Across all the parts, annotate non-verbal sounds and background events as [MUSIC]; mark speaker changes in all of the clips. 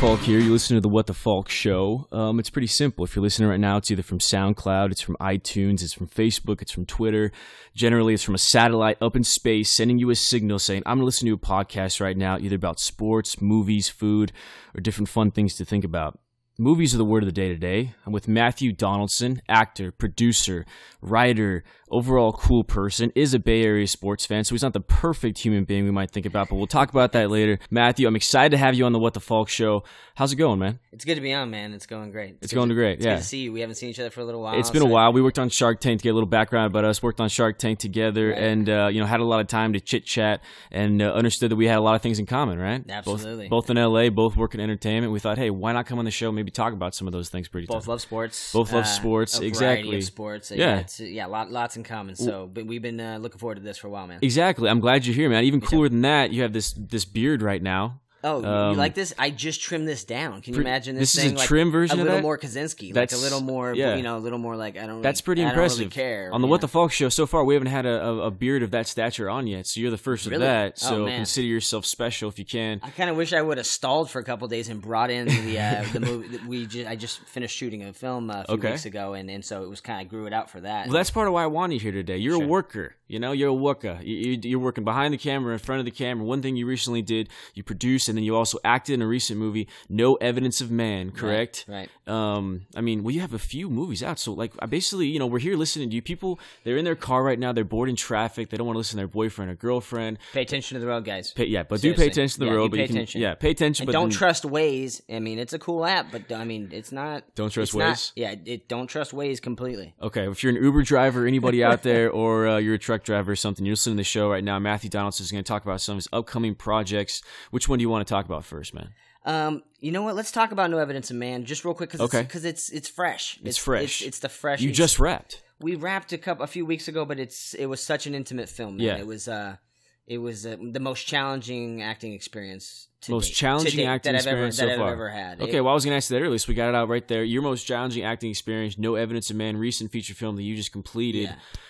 Speaker 1: Falk here. You listen to the What the Falk show. Um, it's pretty simple. If you're listening right now, it's either from SoundCloud, it's from iTunes, it's from Facebook, it's from Twitter. Generally, it's from a satellite up in space sending you a signal saying, I'm going to listen to a podcast right now, either about sports, movies, food, or different fun things to think about. Movies are the word of the day today. I'm with Matthew Donaldson, actor, producer, writer, overall cool person, is a Bay Area sports fan, so he's not the perfect human being we might think about, but we'll talk about that later. Matthew, I'm excited to have you on the What the Falk show. How's it going, man?
Speaker 2: It's good to be on, man. It's going great.
Speaker 1: It's
Speaker 2: good
Speaker 1: going
Speaker 2: to,
Speaker 1: great,
Speaker 2: It's
Speaker 1: yeah.
Speaker 2: good to see you. We haven't seen each other for a little while.
Speaker 1: It's been a
Speaker 2: so-
Speaker 1: while. We worked on Shark Tank to get a little background about us. Worked on Shark Tank together, and uh, you know had a lot of time to chit chat and uh, understood that we had a lot of things in common, right? Both-
Speaker 2: Absolutely.
Speaker 1: Both, in LA, both work in entertainment. We thought, hey, why not come on the show? Maybe talk about some of those things pretty.
Speaker 2: Both
Speaker 1: time.
Speaker 2: love sports. Uh,
Speaker 1: Both love sports,
Speaker 2: a variety
Speaker 1: exactly.
Speaker 2: Of sports. Uh, Yeah,
Speaker 1: Yeah.
Speaker 2: it's- yeah, lot, lots in common. So, but we've been uh, looking forward to this for a while, man.
Speaker 1: exactly. I'm glad you're here, man. Even cooler than that, you have this this beard right now.
Speaker 2: Oh, you-
Speaker 1: Um,
Speaker 2: you like this? I just trimmed this down. Can you
Speaker 1: Pre-
Speaker 2: imagine this,
Speaker 1: this is
Speaker 2: thing?
Speaker 1: a
Speaker 2: like
Speaker 1: trim version
Speaker 2: a
Speaker 1: of
Speaker 2: little
Speaker 1: that?
Speaker 2: more Kaczynski, like a
Speaker 1: That's-
Speaker 2: little more,
Speaker 1: yeah.
Speaker 2: you know, a little more like I don't.
Speaker 1: That's pretty
Speaker 2: really- I don't really
Speaker 1: impressive.
Speaker 2: care
Speaker 1: on the
Speaker 2: you
Speaker 1: What
Speaker 2: know?
Speaker 1: the Falk show, so far we haven't had a, a, a beard of that stature on yet. So you're the first
Speaker 2: Really?
Speaker 1: of that.
Speaker 2: Oh,
Speaker 1: So
Speaker 2: man.
Speaker 1: consider yourself special if you can.
Speaker 2: I kind of wish I would have stalled for a couple days and brought in the uh,
Speaker 1: [LAUGHS]
Speaker 2: the movie. that We just, I just finished shooting a film uh, a few
Speaker 1: Okay.
Speaker 2: weeks ago, and, and so it was kind of grew it out for that.
Speaker 1: Well, that's part of why I want you here today. You're a worker, you know. You're a worker. You, you, you're working behind the camera, in front of the camera. One thing you recently did, you produced, and then you also acted in a recent movie, No Evidence of Man. Correct.
Speaker 2: right.
Speaker 1: Um, I mean, well, you have a few movies out, so like, I basically, you know, we're here listening to you. People, they're in their car right now. They're bored in traffic. They don't want to listen to their boyfriend or girlfriend.
Speaker 2: Pay attention to the road, guys.
Speaker 1: Pay, yeah, but do
Speaker 2: Seriously.
Speaker 1: pay attention to the
Speaker 2: Yeah,
Speaker 1: road.
Speaker 2: you
Speaker 1: but
Speaker 2: pay
Speaker 1: you can,
Speaker 2: attention.
Speaker 1: Yeah, pay attention.
Speaker 2: And
Speaker 1: but
Speaker 2: don't
Speaker 1: then-
Speaker 2: trust Waze. I mean, it's a cool app, but I mean, it's not.
Speaker 1: Don't trust
Speaker 2: it's not-
Speaker 1: Waze?
Speaker 2: yeah, it, don't trust Waze completely.
Speaker 1: Okay, if you're an Uber driver, anybody
Speaker 2: [LAUGHS]
Speaker 1: out there, or uh, you're a truck driver or something, you're listening to the show right now. Matthew Donaldson is going to talk about some of his upcoming projects. Which one do you want to talk about first, man?
Speaker 2: Um, you know what? Let's talk about No Evidence of Man just real quick because
Speaker 1: Okay.
Speaker 2: because it's, it's fresh. It's,
Speaker 1: fresh.
Speaker 2: It's, it's the fresh.
Speaker 1: You
Speaker 2: it's-
Speaker 1: just rapped.
Speaker 2: we wrapped a couple a few weeks ago, but it's it was such an intimate film. man.
Speaker 1: Yeah.
Speaker 2: it was. Uh, it was uh, the most challenging acting experience. To
Speaker 1: Most
Speaker 2: date- to
Speaker 1: challenging
Speaker 2: date
Speaker 1: acting
Speaker 2: that I've ever,
Speaker 1: experience
Speaker 2: that
Speaker 1: so
Speaker 2: I've
Speaker 1: far.
Speaker 2: ever had.
Speaker 1: Okay, well, I was going to ask you that earlier, so we got it out right there. Your most challenging acting experience, No Evidence of Man, recent feature film that you just completed.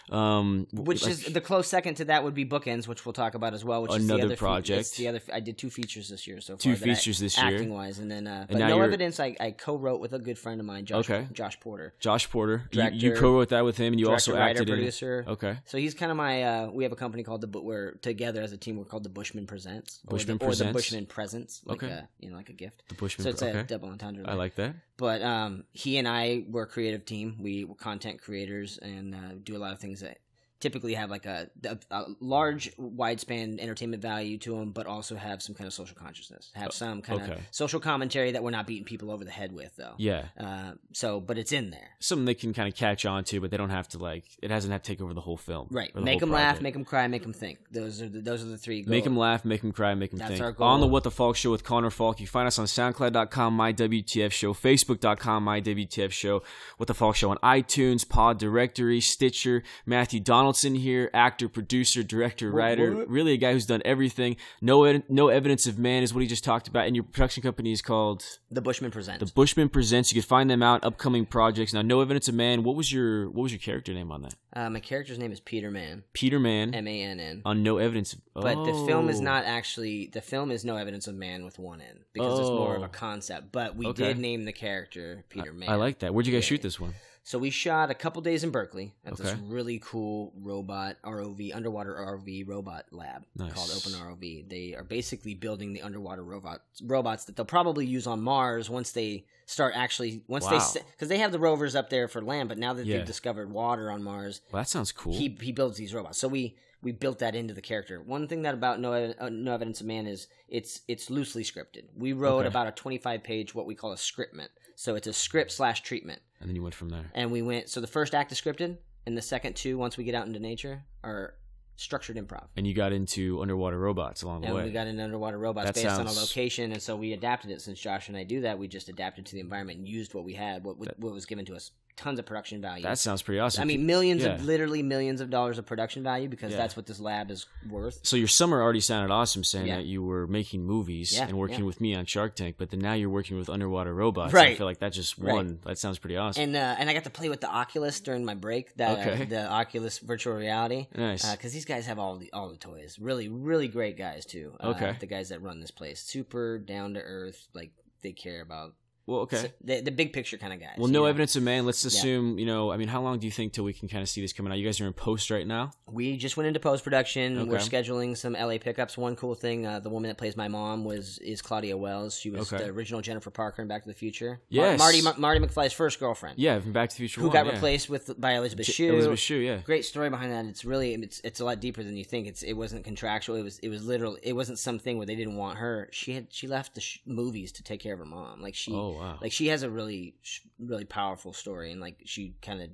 Speaker 1: Um, w-
Speaker 2: which
Speaker 1: like-
Speaker 2: is the close second to that would be bookends, which we'll talk about as well. Which is the
Speaker 1: Another
Speaker 2: other fe-
Speaker 1: project.
Speaker 2: it's the other I did two features this year so far.
Speaker 1: Two
Speaker 2: that I-
Speaker 1: features this year.
Speaker 2: acting wise, and then uh, but
Speaker 1: now
Speaker 2: no
Speaker 1: you're-
Speaker 2: evidence. I, I co-wrote with a good friend of mine, Josh,
Speaker 1: Okay.
Speaker 2: Josh Porter,
Speaker 1: Josh Porter. You- you,
Speaker 2: Director-
Speaker 1: co-wrote that with him, and you
Speaker 2: director,
Speaker 1: also
Speaker 2: writer,
Speaker 1: acted
Speaker 2: producer.
Speaker 1: in. Okay.
Speaker 2: So he's kind of my. Uh, we have a company called the. Bu- We're together as a team. We're called the Bushman Presents. or the-
Speaker 1: Bushman
Speaker 2: or the
Speaker 1: Presents.
Speaker 2: Bushman Presents. Like
Speaker 1: Okay.
Speaker 2: A, you know, like a gift.
Speaker 1: The Bushman.
Speaker 2: So it's a
Speaker 1: okay.
Speaker 2: double entendre.
Speaker 1: I
Speaker 2: there.
Speaker 1: like that.
Speaker 2: But um, he and I were a creative team. We were content creators and uh, do a lot of things that typically have like a, a, a large, wide span entertainment value to them, but also have some kind of social consciousness, have some kind of
Speaker 1: Oh, okay.
Speaker 2: social commentary that we're not beating people over the head with, though.
Speaker 1: Yeah.
Speaker 2: Uh, so, but it's in there.
Speaker 1: Something they can kind of catch on to, but they don't have to like. It doesn't have to take over the whole film.
Speaker 2: Right.
Speaker 1: or the
Speaker 2: Make
Speaker 1: whole
Speaker 2: them laugh,
Speaker 1: project.
Speaker 2: make them cry, make them think. Those are the, those are the three.
Speaker 1: Make
Speaker 2: goals.
Speaker 1: him laugh, make him cry, make him
Speaker 2: That's
Speaker 1: think.
Speaker 2: our goal.
Speaker 1: On the What the Falk show with Connor Falk. You find us on SoundCloud.com, MyWTF Show, Facebook.com, MyWTF Show, What the Falk Show on iTunes, Pod Directory, Stitcher. Matthew Donaldson here, actor, producer, director, writer. Really a guy who's done everything. No, ed- no evidence of man is what he just talked about. And your production company is called
Speaker 2: The Bushman Presents.
Speaker 1: The Bushman Presents. You can find them out. Upcoming projects. Now, No Evidence of Man. What was your What was your character name on that?
Speaker 2: uh, my character's name is Peter Mann,
Speaker 1: Peter Mann
Speaker 2: M A N N.
Speaker 1: on No Evidence. Of-
Speaker 2: But the film is
Speaker 1: Oh.
Speaker 2: not actually the film is no evidence of man with one N because it's more of
Speaker 1: Oh.
Speaker 2: a concept. But we
Speaker 1: Okay.
Speaker 2: did name the character Peter Man.
Speaker 1: I like that. Where'd you guys shoot this one?
Speaker 2: So we shot a couple days in Berkeley at this
Speaker 1: Okay.
Speaker 2: really cool robot ROV underwater ROV robot lab
Speaker 1: Nice.
Speaker 2: called Open ROV. They are basically building the underwater robot robots that they'll probably use on Mars once they start actually once
Speaker 1: Wow.
Speaker 2: they because they have the rovers up there for land, but now that
Speaker 1: Yeah.
Speaker 2: they've discovered water on Mars,
Speaker 1: Well, that sounds cool.
Speaker 2: he he builds these robots. So we we built that into the character. One thing that about no Ev- uh, no evidence of man is it's it's loosely scripted. We wrote
Speaker 1: Okay.
Speaker 2: about a twenty five page what we call a scriptment. So it's a script slash treatment.
Speaker 1: and then you went from there.
Speaker 2: And we went so the first act is scripted, and the second two once we get out into nature are structured improv.
Speaker 1: And you got into underwater robots along the
Speaker 2: And
Speaker 1: way.
Speaker 2: we got an underwater robots
Speaker 1: Oh, That
Speaker 2: based on
Speaker 1: sounds-
Speaker 2: a location, and so we adapted it. Since Josh and I do that, we just adapted to the environment and used what we had, what what, what was given to us. Tons of production value.
Speaker 1: that sounds pretty awesome.
Speaker 2: I mean, millions
Speaker 1: yeah.
Speaker 2: of literally millions of dollars of production value because
Speaker 1: Yeah.
Speaker 2: that's what this lab is worth.
Speaker 1: so your summer already sounded awesome, saying
Speaker 2: Yeah.
Speaker 1: that you were making movies
Speaker 2: Yeah,
Speaker 1: and working
Speaker 2: yeah.
Speaker 1: with me on Shark Tank, but then now you're working with underwater robots. I
Speaker 2: Right.
Speaker 1: feel like that just
Speaker 2: Right.
Speaker 1: one. That sounds pretty awesome.
Speaker 2: And uh, and I got to play with the Oculus during my break. That
Speaker 1: Okay.
Speaker 2: uh, the Oculus virtual reality.
Speaker 1: Nice.
Speaker 2: Because these guys have all the all the toys. Really, really great guys too. Uh,
Speaker 1: Okay.
Speaker 2: The guys that run this place, super down to earth. Like they care about
Speaker 1: Well, okay.
Speaker 2: so the, the big picture kind of guys.
Speaker 1: well,
Speaker 2: you
Speaker 1: no
Speaker 2: know?
Speaker 1: evidence of man. Let's
Speaker 2: Yeah.
Speaker 1: assume, you know, I mean, how long do you think till we can kind of see this coming out? You guys are in post right now.
Speaker 2: We just went into post production. We're
Speaker 1: Okay.
Speaker 2: scheduling some LA pickups. One cool thing: uh, the woman that plays my mom was is Claudia Wells. She was
Speaker 1: Okay.
Speaker 2: the original Jennifer Parker in Back to the Future.
Speaker 1: Yes.
Speaker 2: Marty Marty McFly's first girlfriend.
Speaker 1: Yeah, from Back to the Future.
Speaker 2: who
Speaker 1: 1,
Speaker 2: got
Speaker 1: yeah.
Speaker 2: replaced with by Elizabeth
Speaker 1: J-
Speaker 2: Shue.
Speaker 1: Elizabeth Shue, yeah.
Speaker 2: Great story behind that. It's really it's it's a lot deeper than you think. It's it wasn't contractual. It was it was literal. It wasn't something where they didn't want her. She had she left the sh- movies to take care of her mom. Like she
Speaker 1: Oh wow.
Speaker 2: like she has a really sh- really powerful story and like she kind of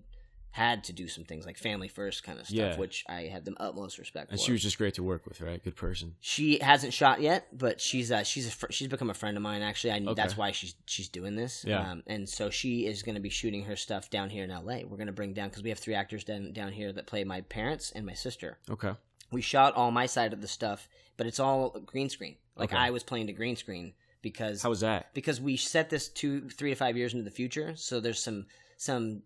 Speaker 2: had to do some things like family first kind of stuff
Speaker 1: Yeah.
Speaker 2: which i have the utmost respect
Speaker 1: and
Speaker 2: for
Speaker 1: she was just great to work with, right? Good person.
Speaker 2: she hasn't shot yet but she's uh she's a fr- she's become a friend of mine actually I,
Speaker 1: Okay.
Speaker 2: that's why she's she's doing this
Speaker 1: Yeah.
Speaker 2: um, and so she is going to be shooting her stuff down here in la we're going to bring down because we have three actors down, down here that play my parents and my sister
Speaker 1: Okay.
Speaker 2: we shot all my side of the stuff but it's all green screen like
Speaker 1: Okay.
Speaker 2: i was playing to green screen because
Speaker 1: How was that?
Speaker 2: because we set this two three to five years into the future so there's some some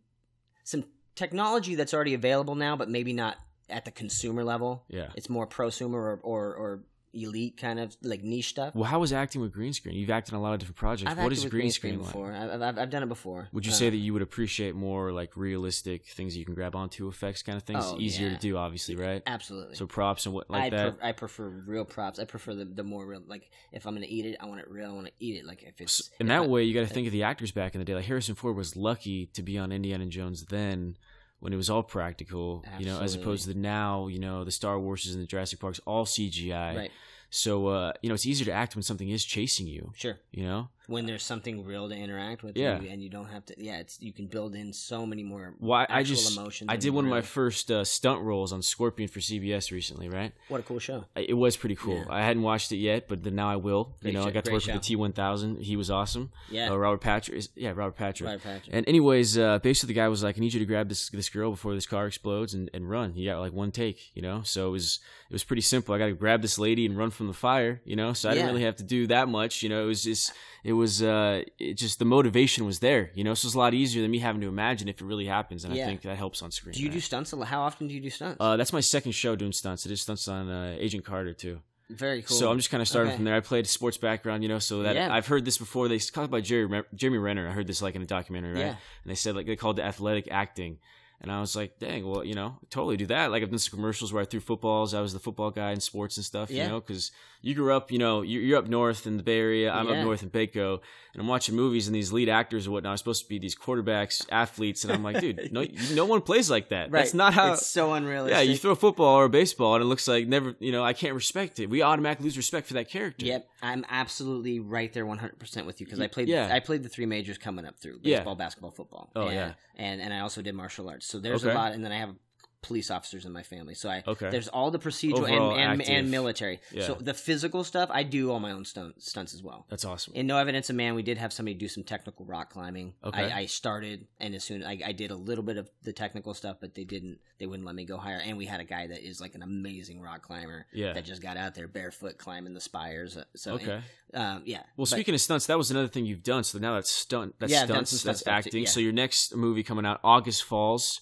Speaker 2: some technology that's already available now but maybe not at the consumer level
Speaker 1: Yeah.
Speaker 2: it's more prosumer or or, or elite kind of like niche stuff
Speaker 1: Well, how was acting with green screen? You've acted on a lot of different projects.
Speaker 2: I've
Speaker 1: what
Speaker 2: acted
Speaker 1: is
Speaker 2: with
Speaker 1: green screen, like?
Speaker 2: before I've, I've, I've done it before
Speaker 1: Would you
Speaker 2: Uh,
Speaker 1: say that you would appreciate more like realistic things that you can grab onto effects kind of things?
Speaker 2: Oh,
Speaker 1: Easier
Speaker 2: yeah.
Speaker 1: to do, obviously, right?
Speaker 2: absolutely
Speaker 1: So props and what like
Speaker 2: I,
Speaker 1: that.
Speaker 2: Pre- I prefer real props. I prefer the, the more real. Like if I'm gonna eat it, I want it real. I want to eat it. Like if it's
Speaker 1: S- and
Speaker 2: if
Speaker 1: that
Speaker 2: I-
Speaker 1: way, you got to think of the actors back in the day. Like Harrison Ford was lucky to be on Indiana Jones then, when it was all practical, you know, as opposed to the now, you know, the Star Warses and the Jurassic Parks, all CGI.
Speaker 2: right,
Speaker 1: So, uh, you know, it's easier to act when something is chasing you.
Speaker 2: sure.
Speaker 1: You know,
Speaker 2: When there's something real to interact with,
Speaker 1: Yeah.
Speaker 2: you, and you don't have to. Yeah, it's you can build in so many more
Speaker 1: why? I
Speaker 2: actual
Speaker 1: just
Speaker 2: emotions
Speaker 1: I
Speaker 2: and
Speaker 1: did one of my
Speaker 2: real-
Speaker 1: first uh, stunt roles on Scorpion for CBS recently, right?
Speaker 2: What a cool show.
Speaker 1: It was pretty cool.
Speaker 2: Yeah.
Speaker 1: I hadn't watched it yet, but then now I will.
Speaker 2: Great
Speaker 1: you know,
Speaker 2: show-
Speaker 1: I got to
Speaker 2: great
Speaker 1: work
Speaker 2: show.
Speaker 1: with the T1000. He was awesome.
Speaker 2: Yeah.
Speaker 1: Uh, Robert Patrick. is- Yeah, Robert Patrick.
Speaker 2: Robert Patrick.
Speaker 1: And anyways, uh, basically the guy was like, "I need you to grab this this girl before this car explodes and, and run." You got like one take, you know. So it was it was pretty simple. I got to grab this lady and run from the fire, you know. So I
Speaker 2: Yeah.
Speaker 1: didn't really have to do that much, you know. It was just it was uh it just the motivation was there, you know. So it's a lot easier than me having to imagine if it really happens, and
Speaker 2: Yeah.
Speaker 1: I think that helps on screen.
Speaker 2: do you
Speaker 1: right?
Speaker 2: do stunts a lot? How often do you do stunts?
Speaker 1: Uh, that's my second show doing stunts. I did stunts on uh, Agent Carter too.
Speaker 2: Very cool.
Speaker 1: So I'm just kind of starting
Speaker 2: Okay.
Speaker 1: from there. I played a sports background, you know, so that
Speaker 2: Yeah.
Speaker 1: I've heard this before. They talked about Jerry Re- Jeremy Renner. I heard this like in a documentary, right?
Speaker 2: Yeah.
Speaker 1: And they said like they called it athletic acting. And I was like, dang, well, you know, totally do that. Like I've done some commercials where I threw footballs. I was the football guy in sports and stuff,
Speaker 2: Yeah.
Speaker 1: you know, because you grew up, you know, you- you're up north in the Bay Area. I'm
Speaker 2: Yeah.
Speaker 1: up north in Baco, and I'm watching movies and these lead actors or whatnot are supposed to be these quarterbacks, athletes, and I'm like,
Speaker 2: [LAUGHS]
Speaker 1: dude, no, no one plays like that. That's not how
Speaker 2: It's so unrealistic.
Speaker 1: yeah, you throw a football or a baseball, and it looks like never. You know, I can't respect it. We automatically lose respect for that character.
Speaker 2: Yep, I'm absolutely right there, 100 percent with you because I played.
Speaker 1: Yeah.
Speaker 2: I played the three majors coming up through
Speaker 1: Yeah.
Speaker 2: baseball, basketball, football.
Speaker 1: Oh,
Speaker 2: and,
Speaker 1: yeah.
Speaker 2: and and I also did martial arts. So there's a
Speaker 1: Okay.
Speaker 2: lot, and then I have police officers in my family. So I
Speaker 1: Okay.
Speaker 2: there's all the procedural
Speaker 1: Overall
Speaker 2: and and,
Speaker 1: active.
Speaker 2: and military.
Speaker 1: Yeah.
Speaker 2: So the physical stuff, I do all my own stunt, stunts as well.
Speaker 1: That's awesome.
Speaker 2: In No Evidence of Man, we did have somebody do some technical rock climbing.
Speaker 1: Okay.
Speaker 2: I, I started, and as soon I, I did a little bit of the technical stuff, but they didn't, they wouldn't let me go higher. And we had a guy that is like an amazing rock climber
Speaker 1: Yeah.
Speaker 2: that just got out there barefoot climbing the spires. Uh, So
Speaker 1: okay.
Speaker 2: um, yeah.
Speaker 1: well,
Speaker 2: But
Speaker 1: speaking of stunts, that was another thing you've done. So now that's stunt. That's
Speaker 2: Yeah, I've done
Speaker 1: stunts.
Speaker 2: some stunt
Speaker 1: that's
Speaker 2: stuff too,
Speaker 1: acting.
Speaker 2: yeah.
Speaker 1: So your next movie coming out August Falls.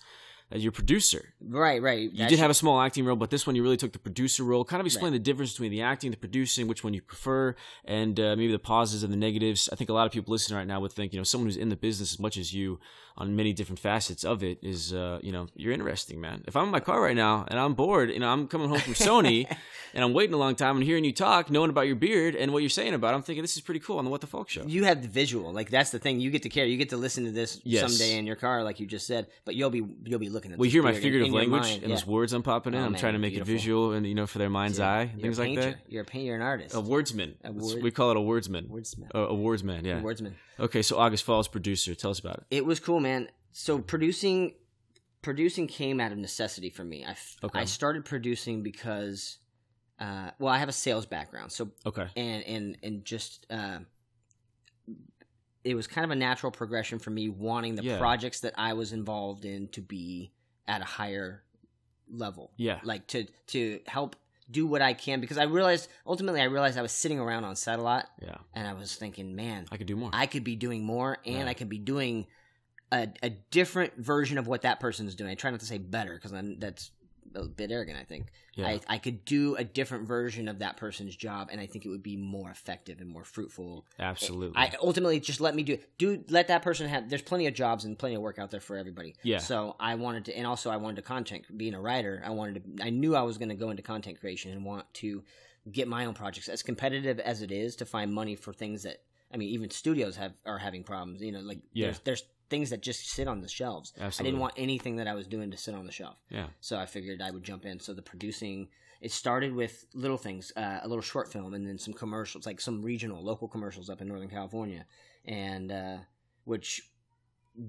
Speaker 1: Uh, your producer.
Speaker 2: right, right.
Speaker 1: You did have a small acting role, but this one you really took the producer role. Kind of explain the difference between the acting, the producing, which one you prefer, and uh, maybe the positives and the negatives. I think a lot of people listening right now would think, you know, someone who's in the business as much as you on many different facets of it is, uh, you know, you're interesting, man. If I'm in my car right now and I'm bored, you know, I'm coming home from
Speaker 2: [LAUGHS]
Speaker 1: Sony and I'm waiting a long time and hearing you talk, knowing about your beard and what you're saying about, it, I'm thinking this is pretty cool on the What the Fuck show.
Speaker 2: You have the visual. Like that's the thing. You get to care. You get to listen to this
Speaker 1: Yes.
Speaker 2: someday in your car, like you just said. But you'll be you'll be looking at.
Speaker 1: We
Speaker 2: this
Speaker 1: hear my
Speaker 2: beard in-
Speaker 1: figurative
Speaker 2: in your
Speaker 1: language
Speaker 2: mind.
Speaker 1: and
Speaker 2: Yeah.
Speaker 1: those words I'm popping in.
Speaker 2: Oh,
Speaker 1: I'm
Speaker 2: man,
Speaker 1: trying to make
Speaker 2: beautiful.
Speaker 1: it visual and you know for their mind's
Speaker 2: Yeah.
Speaker 1: eye
Speaker 2: You're
Speaker 1: and
Speaker 2: a
Speaker 1: things like
Speaker 2: painter.
Speaker 1: that.
Speaker 2: You're a painter. You're an artist.
Speaker 1: A wordsman.
Speaker 2: A
Speaker 1: That's-
Speaker 2: word-
Speaker 1: we call it a wordsman.
Speaker 2: Wordsman.
Speaker 1: Uh, awards man, yeah.
Speaker 2: Wordsman.
Speaker 1: Okay, so August Falls producer, tell us about it.
Speaker 2: It was cool, man. So producing, producing came out of necessity for me. I f-
Speaker 1: Okay.
Speaker 2: I started producing because, uh, well, I have a sales background, so
Speaker 1: Okay,
Speaker 2: and and and just uh, it was kind of a natural progression for me wanting the
Speaker 1: Yeah.
Speaker 2: projects that I was involved in to be at a higher level
Speaker 1: yeah,
Speaker 2: like to to help do what I can because I realized ultimately I realized I was sitting around on set a lot
Speaker 1: yeah,
Speaker 2: and I was thinking man
Speaker 1: I could do more.
Speaker 2: I could be doing more and
Speaker 1: Yeah.
Speaker 2: I could be doing a, a different version of what that person's doing I try not to say better because that's a bit arrogant. I think
Speaker 1: Yeah.
Speaker 2: I, I could do a different version of that person's job, and I think it would be more effective and more fruitful.
Speaker 1: absolutely.
Speaker 2: I ultimately just let me do do let that person have. There's plenty of jobs and plenty of work out there for everybody.
Speaker 1: Yeah.
Speaker 2: So I wanted to, and also I wanted to content being a writer. I wanted to. I knew I was going to go into content creation and want to get my own projects. As competitive as it is to find money for things that I mean, even studios have are having problems. You know, like
Speaker 1: Yeah.
Speaker 2: there's there's things that just sit on the shelves. I
Speaker 1: absolutely.
Speaker 2: didn't want anything that I was doing to sit on the shelf.
Speaker 1: Yeah.
Speaker 2: So I figured I would jump in. So the producing, it started with little things, uh, a little short film, and then some commercials, like some regional, local commercials up in Northern California, and uh, which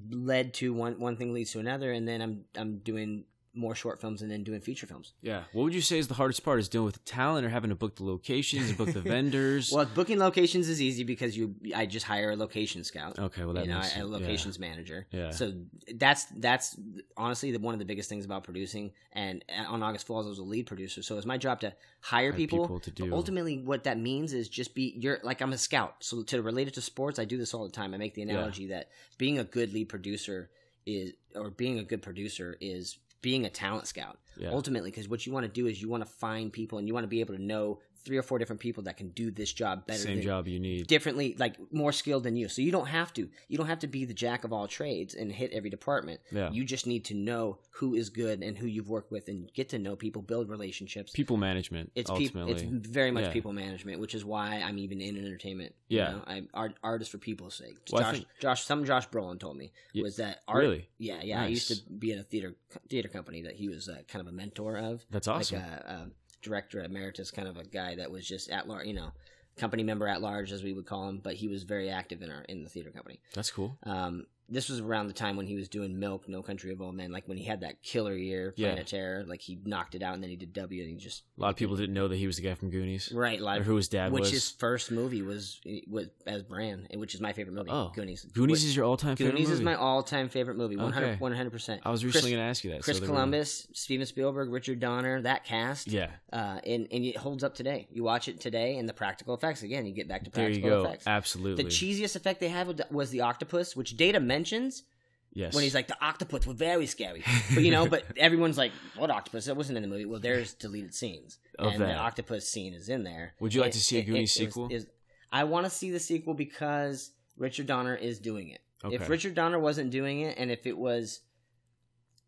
Speaker 2: led to one one thing leads to another, and then I'm I'm doing more short films and then doing feature films.
Speaker 1: Yeah. What would you say is the hardest part? Is dealing with the talent or having to book the locations, book
Speaker 2: [LAUGHS]
Speaker 1: the vendors?
Speaker 2: Well, booking locations is easy because you I just hire a location scout.
Speaker 1: okay. Well, Oh, that
Speaker 2: you know,
Speaker 1: makes
Speaker 2: a
Speaker 1: sense.
Speaker 2: locations manager.
Speaker 1: Yeah.
Speaker 2: So that's that's honestly the, one of the biggest things about producing. And uh, on August Falls, I was a lead producer, so it's my job to hire,
Speaker 1: Yeah. Have
Speaker 2: people.
Speaker 1: to
Speaker 2: But
Speaker 1: do.
Speaker 2: ultimately, what that means is just be you're like I'm a scout. So to relate it to sports, I do this all the time. I make the
Speaker 1: Yeah.
Speaker 2: analogy that being a good lead producer is, or being a good producer is being a talent scout
Speaker 1: yeah.
Speaker 2: ultimately because what you want to do is you want to find people and you want to be able to know three or four different people that can do this job better
Speaker 1: Same
Speaker 2: than
Speaker 1: job you need.
Speaker 2: differently like more skilled than you so you don't have to you don't have to be the jack of all trades and hit every department
Speaker 1: yeah.
Speaker 2: you just need to know who is good and who you've worked with and get to know people build relationships
Speaker 1: people management.
Speaker 2: it's people
Speaker 1: ultimately.
Speaker 2: it's very much
Speaker 1: Yeah.
Speaker 2: people management which is why i'm even in entertainment
Speaker 1: Yeah.
Speaker 2: you know? i'm art, artist for people's sake
Speaker 1: Well, I
Speaker 2: josh
Speaker 1: think-
Speaker 2: josh some josh brolin told me
Speaker 1: Ye-
Speaker 2: was that art
Speaker 1: Really?
Speaker 2: yeah yeah i used
Speaker 1: Nice.
Speaker 2: to be in a theater theater company that he was uh, kind of a mentor of
Speaker 1: That's awesome.
Speaker 2: like a, a director emeritus kind of a guy that was just at large, you know, company member at large as we would call him, but he was very active in our in the theater company.
Speaker 1: That's cool.
Speaker 2: Um, this was around the time when he was doing Milk, No Country of Old Men, like when he had that killer year,
Speaker 1: Yeah.
Speaker 2: Planet Terror, like he knocked it out and then he did W and he just
Speaker 1: A lot of people didn't know that he was the guy from Goonies
Speaker 2: right
Speaker 1: or
Speaker 2: live.
Speaker 1: who his dad
Speaker 2: Which
Speaker 1: was.
Speaker 2: his first movie was eh, was as Bran, eh, which is my favorite movie.
Speaker 1: Oh.
Speaker 2: Goonies.
Speaker 1: Goonies
Speaker 2: Wh-
Speaker 1: is your all-time favorite
Speaker 2: Goonies is
Speaker 1: movie?
Speaker 2: my all time favorite movie. One
Speaker 1: Okay.
Speaker 2: hundred percent.
Speaker 1: I was recently going to ask you that. so
Speaker 2: Chris
Speaker 1: there we go.
Speaker 2: Columbus, Steven Spielberg, Richard Donner, that cast.
Speaker 1: Yeah,
Speaker 2: uh, and and it holds up today. You watch it today, and the practical effects again. You get back to
Speaker 1: there you
Speaker 2: practical
Speaker 1: go.
Speaker 2: effects.
Speaker 1: Absolutely.
Speaker 2: The cheesiest effect they had with the- was the octopus, which Data mentions
Speaker 1: yes.
Speaker 2: when he's like, "The octopus were very scary," but you know, but
Speaker 1: [LAUGHS]
Speaker 2: everyone's like, "What octopus?" That wasn't in the movie. Well, there's deleted scenes,
Speaker 1: Of
Speaker 2: and the
Speaker 1: that.
Speaker 2: octopus scene is in there.
Speaker 1: Would you like to see a Goonies
Speaker 2: it was-
Speaker 1: sequel?
Speaker 2: is- I want to see the sequel because Richard Donner is doing it.
Speaker 1: okay.
Speaker 2: If Richard Donner wasn't doing it, and if it was,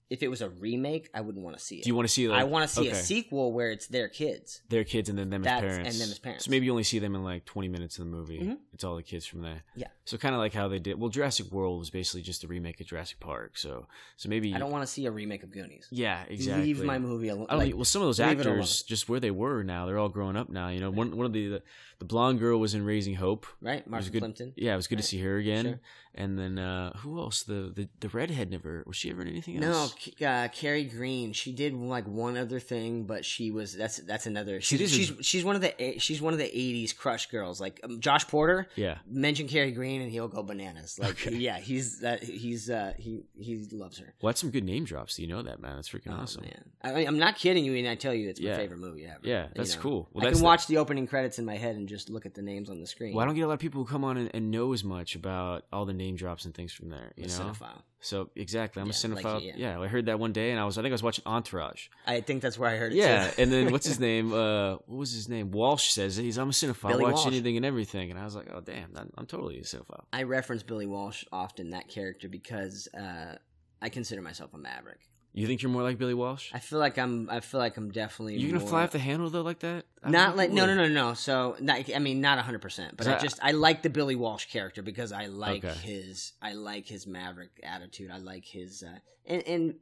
Speaker 2: if it was a remake, I wouldn't want to see it.
Speaker 1: Do you want to see like,
Speaker 2: I want to see a
Speaker 1: okay.
Speaker 2: sequel where it's their kids.
Speaker 1: their kids and then them as
Speaker 2: That's-
Speaker 1: parents.
Speaker 2: and them as parents.
Speaker 1: So maybe you only see them in like 20 minutes of the movie.
Speaker 2: Mhm.
Speaker 1: It's all the kids from there.
Speaker 2: Yeah.
Speaker 1: So kind of like how they did. Well, Jurassic World was basically just a remake of Jurassic Park. So so maybe
Speaker 2: I don't want to see a remake of Goonies.
Speaker 1: Yeah, exactly.
Speaker 2: Leave my movie alone.
Speaker 1: I don't
Speaker 2: Like,
Speaker 1: think, well, some of those
Speaker 2: leave it alone.
Speaker 1: actors just where they were now, they're all grown up now. You know, one one of the the, blonde girl was in Raising Hope.
Speaker 2: right, Martin
Speaker 1: good-
Speaker 2: Plimpton.
Speaker 1: Yeah, it was good
Speaker 2: Right.
Speaker 1: to see her again.
Speaker 2: Sure.
Speaker 1: And then uh who else? The the, the redhead never was she ever in anything
Speaker 2: No,
Speaker 1: else?
Speaker 2: K- uh, Carrie Green. She did like one other thing, but she was that's that's another.
Speaker 1: See,
Speaker 2: She's
Speaker 1: this
Speaker 2: she's, she's one of the eight- she's one of the '80s crush girls. Like um, Josh Porter,
Speaker 1: Yeah,
Speaker 2: mention Carrie Green and he'll go bananas. Like
Speaker 1: Okay.
Speaker 2: yeah, he's uh, he's uh, he he loves her.
Speaker 1: well, that's some good name drops. You know that man. That's freaking awesome.
Speaker 2: Oh, man. I mean, I'm not kidding you, and I tell you, it's my
Speaker 1: Yeah.
Speaker 2: favorite movie ever.
Speaker 1: Yeah,
Speaker 2: You
Speaker 1: that's
Speaker 2: know.
Speaker 1: cool. Well,
Speaker 2: I
Speaker 1: that's
Speaker 2: can
Speaker 1: the-
Speaker 2: watch the opening credits in my head and just look at the names on the screen.
Speaker 1: Well, I don't get a lot of people who come on and, and know as much about all the name drops and things from there.
Speaker 2: I'm
Speaker 1: You
Speaker 2: a
Speaker 1: know,
Speaker 2: cinephile.
Speaker 1: so exactly, I'm a
Speaker 2: Yeah, like,
Speaker 1: cinephile.
Speaker 2: yeah.
Speaker 1: yeah. I heard that one day, and I was I think I was watching Entourage.
Speaker 2: I think that's where I heard it.
Speaker 1: Yeah,
Speaker 2: too.
Speaker 1: and then what's
Speaker 2: [LAUGHS]
Speaker 1: his name? Uh, what was his name? Walsh says it. He's I'm a cinephile.
Speaker 2: Billy
Speaker 1: I watch
Speaker 2: Walsh.
Speaker 1: anything and everything, and I was like, oh damn, I'm, I'm totally a cinephile.
Speaker 2: I reference Billy Walsh often that character because uh, I consider myself a maverick.
Speaker 1: You think you're more like Billy Walsh?
Speaker 2: I feel like I'm. I feel like I'm definitely.
Speaker 1: You're gonna
Speaker 2: more-
Speaker 1: fly off the handle though, like that? I don't
Speaker 2: Not
Speaker 1: think
Speaker 2: like
Speaker 1: you
Speaker 2: no no
Speaker 1: would.
Speaker 2: no no. So not, I mean not hundred percent, but I,
Speaker 1: I-
Speaker 2: just I like the Billy Walsh character because I like
Speaker 1: Okay.
Speaker 2: his I like his maverick attitude. I like his uh, and and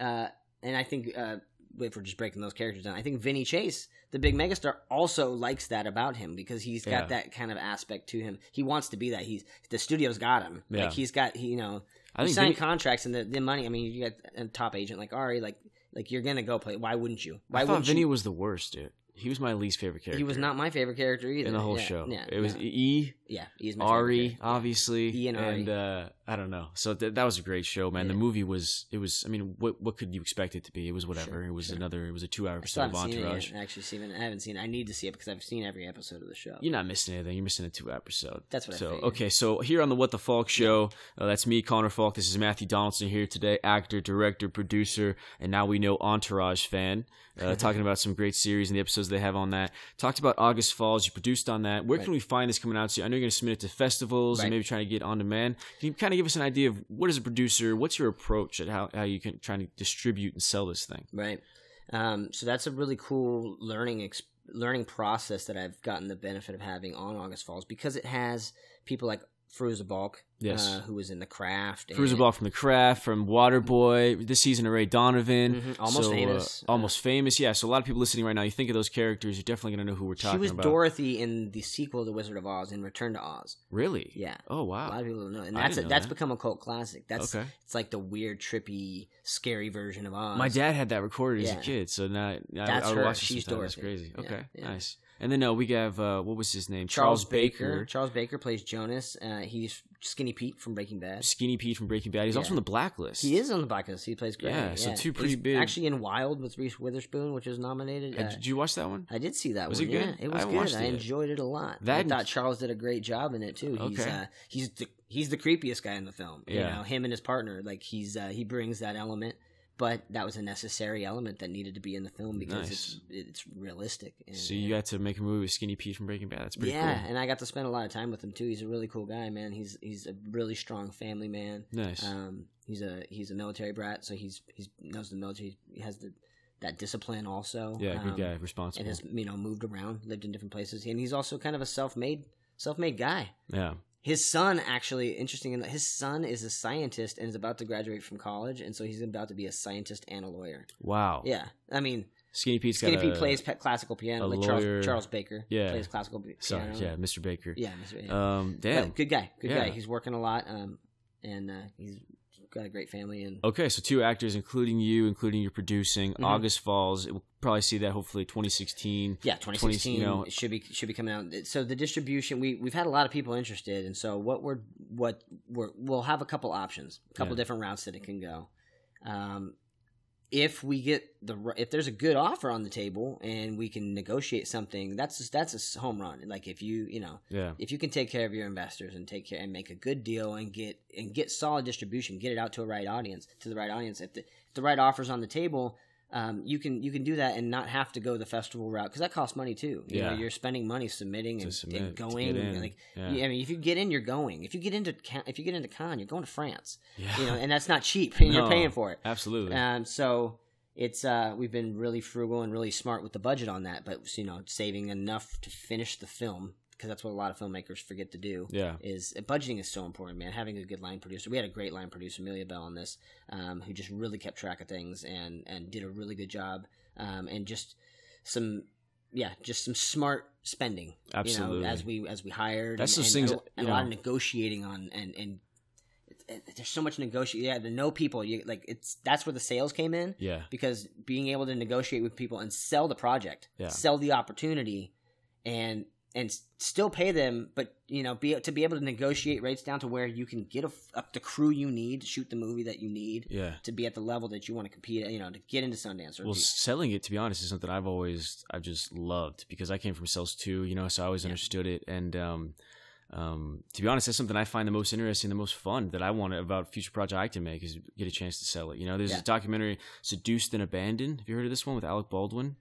Speaker 2: uh, and I think uh, if we're just breaking those characters down, I think Vinny Chase, the big megastar, also likes that about him because he's got
Speaker 1: Yeah.
Speaker 2: that kind of aspect to him. He wants to be that. He's the studio's got him.
Speaker 1: Yeah.
Speaker 2: Like he's got he, you know
Speaker 1: I
Speaker 2: you
Speaker 1: think
Speaker 2: sign
Speaker 1: Vinny-
Speaker 2: contracts and the, the money. I mean, you got a top agent like Ari, like like you're gonna go play. Why wouldn't you? Why
Speaker 1: I thought
Speaker 2: wouldn't
Speaker 1: Vinny
Speaker 2: you?
Speaker 1: was the worst, dude. He was my least favorite character.
Speaker 2: He was not my favorite character either
Speaker 1: in the whole
Speaker 2: Yeah,
Speaker 1: show.
Speaker 2: Yeah,
Speaker 1: it was
Speaker 2: yeah,
Speaker 1: E,
Speaker 2: yeah he's my favorite
Speaker 1: Ari,
Speaker 2: character.
Speaker 1: obviously,
Speaker 2: E and Ari.
Speaker 1: uh, I don't know. So th- that was a great show, man. The
Speaker 2: Yeah.
Speaker 1: movie was it was. I mean, what what could you expect it to be? It was whatever.
Speaker 2: Sure,
Speaker 1: it was
Speaker 2: sure.
Speaker 1: another. It was a two hour
Speaker 2: I
Speaker 1: episode
Speaker 2: still
Speaker 1: of
Speaker 2: haven't seen it
Speaker 1: Entourage.
Speaker 2: yet. I actually seen it. I haven't seen it. I need to see it because I've seen every episode of the show.
Speaker 1: You're not missing anything. You're missing a two episode.
Speaker 2: That's what I
Speaker 1: So
Speaker 2: figured.
Speaker 1: okay, so here on the What the Falk show, uh, that's me, Connor Falk. This is Matthew Donaldson here today, actor, director, producer, and now we know Entourage fan.
Speaker 2: [LAUGHS]
Speaker 1: Uh, talking about some great series and the episodes they have on that. Talked about August Falls. You produced on that. Where can
Speaker 2: Right.
Speaker 1: we find this coming out to? I know you're going to submit it to festivals
Speaker 2: Right.
Speaker 1: and maybe trying to get on demand. Can you kind of give us an idea of what is a producer? What's your approach at how how you can trying to distribute and sell this thing?
Speaker 2: Right. Um, so that's a really cool learning ex- learning process that I've gotten the benefit of having on August Falls because it has people like Fruza Balk,
Speaker 1: Yes.
Speaker 2: uh, who was in The Craft. and-
Speaker 1: Cruiser Ball from The Craft, from Waterboy, this season, Ray Donovan.
Speaker 2: Mhm, Almost
Speaker 1: So, uh,
Speaker 2: Famous.
Speaker 1: almost famous, yeah. So a lot of people listening right now, you think of those characters, you're definitely going to know who we're
Speaker 2: She
Speaker 1: talking
Speaker 2: was
Speaker 1: about.
Speaker 2: Dorothy in the sequel to Wizard of Oz in Return to Oz.
Speaker 1: really?
Speaker 2: Yeah.
Speaker 1: Oh,
Speaker 2: A lot
Speaker 1: wow.
Speaker 2: of people don't know. And
Speaker 1: I
Speaker 2: that's
Speaker 1: didn't know
Speaker 2: that's
Speaker 1: that.
Speaker 2: become a cult classic. That's
Speaker 1: Okay.
Speaker 2: it's like the weird, trippy, scary version of Oz.
Speaker 1: My dad had that recorded as
Speaker 2: Yeah.
Speaker 1: a kid, so now I, I,
Speaker 2: That's
Speaker 1: I would
Speaker 2: her.
Speaker 1: watch it
Speaker 2: She's
Speaker 1: sometime. That's
Speaker 2: Dorothy.
Speaker 1: crazy.
Speaker 2: Yeah,
Speaker 1: Okay,
Speaker 2: yeah.
Speaker 1: nice. And then, no, we have, uh, what was his name?
Speaker 2: Charles Baker. Charles Baker plays Jonas. Uh, he's Skinny Pete from Breaking Bad.
Speaker 1: Skinny Pete from Breaking Bad. He's
Speaker 2: Yeah.
Speaker 1: also on The Blacklist.
Speaker 2: He is on the blacklist. He plays Gray.
Speaker 1: Yeah, so two pretty
Speaker 2: He's
Speaker 1: big-
Speaker 2: Actually, in Wild with Reese Witherspoon, which is nominated.
Speaker 1: Uh,
Speaker 2: Uh,
Speaker 1: did you watch that one?
Speaker 2: I did see that
Speaker 1: Was
Speaker 2: one.
Speaker 1: it good?
Speaker 2: Yeah, it
Speaker 1: I
Speaker 2: was
Speaker 1: haven't
Speaker 2: good.
Speaker 1: watched it
Speaker 2: I
Speaker 1: yet.
Speaker 2: enjoyed it a lot.
Speaker 1: That-
Speaker 2: I thought Charles did a great job in it too. He's
Speaker 1: Okay.
Speaker 2: uh, he's the he's the creepiest guy in the film. You
Speaker 1: Yeah.
Speaker 2: know, him and his partner, like he's uh, he brings that element, but that was a necessary element that needed to be in the film because it's it's realistic. And,
Speaker 1: So you got to make a movie with Skinny Pete from Breaking Bad. That's pretty
Speaker 2: yeah,
Speaker 1: cool.
Speaker 2: and I got to spend a lot of time with him too. He's a really cool guy, man. He's he's a really strong family man.
Speaker 1: Nice.
Speaker 2: Um, he's a he's a military brat, so he's he's knows the military. He has the that discipline also.
Speaker 1: yeah, good
Speaker 2: um,
Speaker 1: guy,
Speaker 2: And
Speaker 1: responsible.
Speaker 2: has you know moved around, lived in different places, and he's also kind of a self made self made guy.
Speaker 1: yeah.
Speaker 2: His son actually interesting enough. His son is a scientist and is about to graduate from college, and so he's about to be a scientist and a lawyer.
Speaker 1: Wow.
Speaker 2: Yeah, I mean,
Speaker 1: Skinny Pete's
Speaker 2: Skinny
Speaker 1: Oh. got
Speaker 2: Pete
Speaker 1: a-
Speaker 2: plays pe- classical
Speaker 1: a
Speaker 2: piano like
Speaker 1: lawyer-
Speaker 2: Charles, Charles Baker.
Speaker 1: Yeah.
Speaker 2: plays classical pi- piano.
Speaker 1: Sorry, yeah, Mr. Baker.
Speaker 2: yeah, Mr. yeah.
Speaker 1: Um,
Speaker 2: But
Speaker 1: damn.
Speaker 2: good guy, good guy.
Speaker 1: Yeah.
Speaker 2: He's working a lot, um, and uh, he's got a great family and.
Speaker 1: Okay, so two actors, including you, including your producing,
Speaker 2: Mhm.
Speaker 1: August Falls. We'll probably see that hopefully 2016.
Speaker 2: Yeah, 2016
Speaker 1: you know-
Speaker 2: it should be should be coming out. So the distribution, we we've had a lot of people interested, and so what we're what we're we'll have a couple options, a couple
Speaker 1: Yeah.
Speaker 2: different routes that it can go. Um, if we get the ri- if there's a good offer on the table and we can negotiate something, that's that's a s- home run. Like if you you know
Speaker 1: Yeah,
Speaker 2: if you can take care of your investors and take care and make a good deal and get and get solid distribution, get it out to a right audience, to the right audience. If the, if the right offers on the table, um, you can you can do that and not have to go the festival route because that costs money too. You know,
Speaker 1: Yeah.
Speaker 2: you're spending money submitting
Speaker 1: to
Speaker 2: and,
Speaker 1: submit,
Speaker 2: and
Speaker 1: to get
Speaker 2: going.
Speaker 1: in.
Speaker 2: Like,
Speaker 1: yeah.
Speaker 2: I mean, if you get in, you're going. If you get into Ca- if you get into Cannes, you're going to France.
Speaker 1: Yeah.
Speaker 2: You know, and that's not cheap. [LAUGHS] and You're
Speaker 1: No.
Speaker 2: paying for it.
Speaker 1: [LAUGHS] absolutely.
Speaker 2: Um, so it's uh, we've been really frugal and really smart with the budget on that, but you know, saving enough to finish the film because that's what a lot of filmmakers forget to do.
Speaker 1: yeah,
Speaker 2: Is uh, budgeting is so important, man. Having a good line producer. We had a great line producer, Amelia Bell, on this, um, who just really kept track of things and and did a really good job. Um, and just some, yeah, just some smart spending.
Speaker 1: absolutely.
Speaker 2: You know, as we as we hired.
Speaker 1: That's
Speaker 2: and,
Speaker 1: those
Speaker 2: and
Speaker 1: things
Speaker 2: a,
Speaker 1: that,
Speaker 2: and
Speaker 1: you
Speaker 2: a lot
Speaker 1: know.
Speaker 2: of negotiating on and and it- it- there's so much negotiating. Yeah, the no people. You like it's that's where the sales came in
Speaker 1: yeah,
Speaker 2: because being able to negotiate with people and sell the project,
Speaker 1: Yeah.
Speaker 2: sell the opportunity, and and s- still pay them, but you know, be to be able to negotiate rates down to where you can get a, f- up the crew you need, to shoot the movie that you need
Speaker 1: yeah.
Speaker 2: to be at the level that you want to compete. at, You know, to get into Sundance. Or
Speaker 1: Well,
Speaker 2: be-
Speaker 1: selling it, to be honest, is something I've always, I've just loved because I came from sales too, you know, so I always
Speaker 2: Yeah.
Speaker 1: understood it. And, um, um, to be honest, that's something I find the most interesting, the most fun that I want about future project I can make is get a chance to sell it. You know, there's
Speaker 2: Yeah.
Speaker 1: this documentary, Seduced and Abandoned. Have you heard of this one with Alec Baldwin?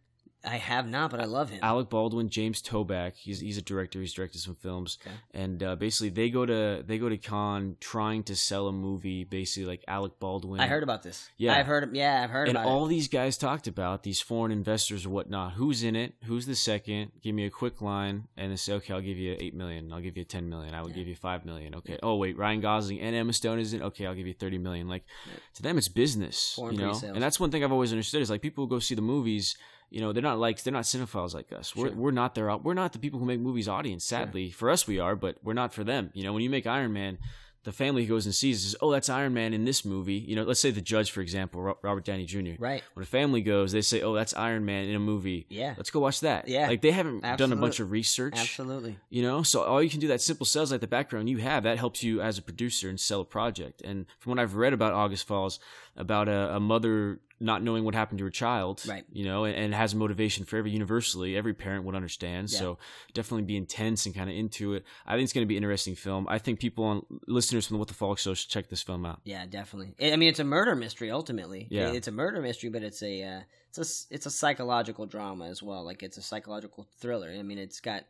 Speaker 2: I have not, but I love him.
Speaker 1: Alec Baldwin, James Toback. He's he's a director. He's directed some films,
Speaker 2: Okay.
Speaker 1: and uh, basically they go to they go to Cannes trying to sell a movie. Basically, like Alec Baldwin.
Speaker 2: I heard about this.
Speaker 1: Yeah.
Speaker 2: I've heard. Yeah, I've heard
Speaker 1: and
Speaker 2: about
Speaker 1: all
Speaker 2: it.
Speaker 1: these guys talked about these foreign investors or whatnot. Who's in it? Who's the second? Give me a quick line, and they say, "Okay, I'll give you eight million. I'll give you ten million. I will
Speaker 2: Yeah.
Speaker 1: give you five million. Okay. Oh wait, Ryan Gosling and Emma Stone is in. Okay, I'll give you thirty million. Like to them, it's business,
Speaker 2: Foreign
Speaker 1: you know.
Speaker 2: pre-sales.
Speaker 1: And that's one thing I've always understood is like people go see the movies. You know, they're not like they're not cinephiles like us. We're
Speaker 2: Sure.
Speaker 1: we're not their au- we're not the people who make movies audience. Sadly, for us we are, but we're not for them. You know, when you make Iron Man. the family goes and sees is, oh, that's Iron Man in this movie. You know, let's say the judge, for example, Ro- Robert Downey Jr.
Speaker 2: Right.
Speaker 1: When a family goes, they say, oh, that's Iron Man in a movie.
Speaker 2: Yeah.
Speaker 1: Let's go watch that.
Speaker 2: Yeah.
Speaker 1: Like they haven't done a bunch
Speaker 2: Absolute-
Speaker 1: of research.
Speaker 2: Absolutely.
Speaker 1: You know, so all you can do that simple sells like the background you have that helps you as a producer and sell a project. And from what I've read about August Falls, about a, a mother not knowing what happened to her child,
Speaker 2: Right.
Speaker 1: You know, and, and has motivation for every universally every parent would understand.
Speaker 2: Yeah.
Speaker 1: So definitely be intense and kind of into it. I think it's going to be an interesting film. I think people on listeners from the What the Falk Show should check this film out.
Speaker 2: Yeah, definitely. I I mean, it's a murder mystery ultimately.
Speaker 1: Yeah.
Speaker 2: It- it's a murder mystery, but it's a uh, it's a s- it's a psychological drama as well. Like it's a psychological thriller. I mean, it's got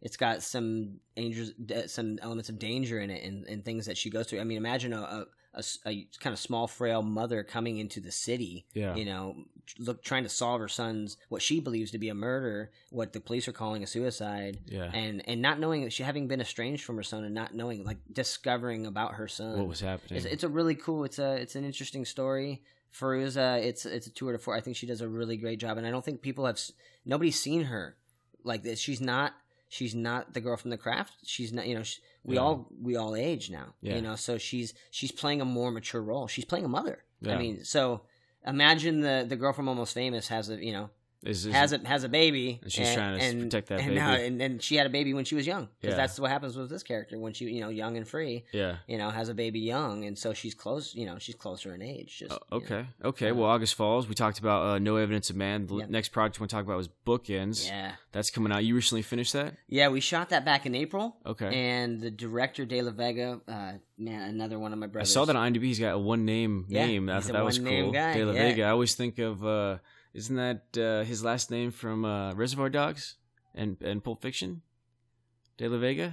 Speaker 2: it's got some dangers, d- uh, some elements of danger in it, and, and things that she goes through. I mean, imagine a a- a s- a kind of small, frail mother coming into the city
Speaker 1: Yeah,
Speaker 2: you know, look trying to solve her son's what she believes to be a murder, what the police are calling a suicide,
Speaker 1: yeah.
Speaker 2: and and not knowing that she having been estranged from her son and not knowing like discovering about her son.
Speaker 1: what was happening?
Speaker 2: it's, it's a really cool. It's a it's an interesting story. Feruza, it's it's a tour de four. I think she does a really great job, and I don't think people have s- nobody's seen her like this. She's not she's not the girl from the craft. She's not you know she, we
Speaker 1: Yeah.
Speaker 2: all we all age now.
Speaker 1: Yeah.
Speaker 2: You know, so she's she's playing a more mature role. She's playing a mother.
Speaker 1: Yeah.
Speaker 2: I mean, so imagine the the girl from Almost Famous has a you know
Speaker 1: Is- is-
Speaker 2: has a has a baby,
Speaker 1: And she's trying to s- protect that
Speaker 2: and now-
Speaker 1: baby.
Speaker 2: and, and she had a baby when she was young because
Speaker 1: Yeah.
Speaker 2: that's what happens with this character when she you know young and free
Speaker 1: yeah.
Speaker 2: you know, has a baby young, and so she's close. You know, she's closer in age. Just
Speaker 1: Oh,
Speaker 2: you know.
Speaker 1: okay. Okay. Well, August Falls. We talked about uh, No Evidence of Man. The l-
Speaker 2: Uh, Yeah.
Speaker 1: next project we want to talk about was Bookends.
Speaker 2: Yeah,
Speaker 1: That's coming out. You recently finished that?
Speaker 2: yeah. We shot that back in April,
Speaker 1: Okay.
Speaker 2: and the director De La Vega, uh, man, another one of my
Speaker 1: I
Speaker 2: brothers.
Speaker 1: saw that on IMDb. He's got a one name
Speaker 2: Yeah,
Speaker 1: name. I
Speaker 2: he's
Speaker 1: thought
Speaker 2: a
Speaker 1: that was
Speaker 2: one-name
Speaker 1: cool.
Speaker 2: guy,
Speaker 1: De La
Speaker 2: yeah.
Speaker 1: Vega. I always think of uh, isn't that uh, his last name from uh, Reservoir Dogs and and Pulp Fiction? De La Vega,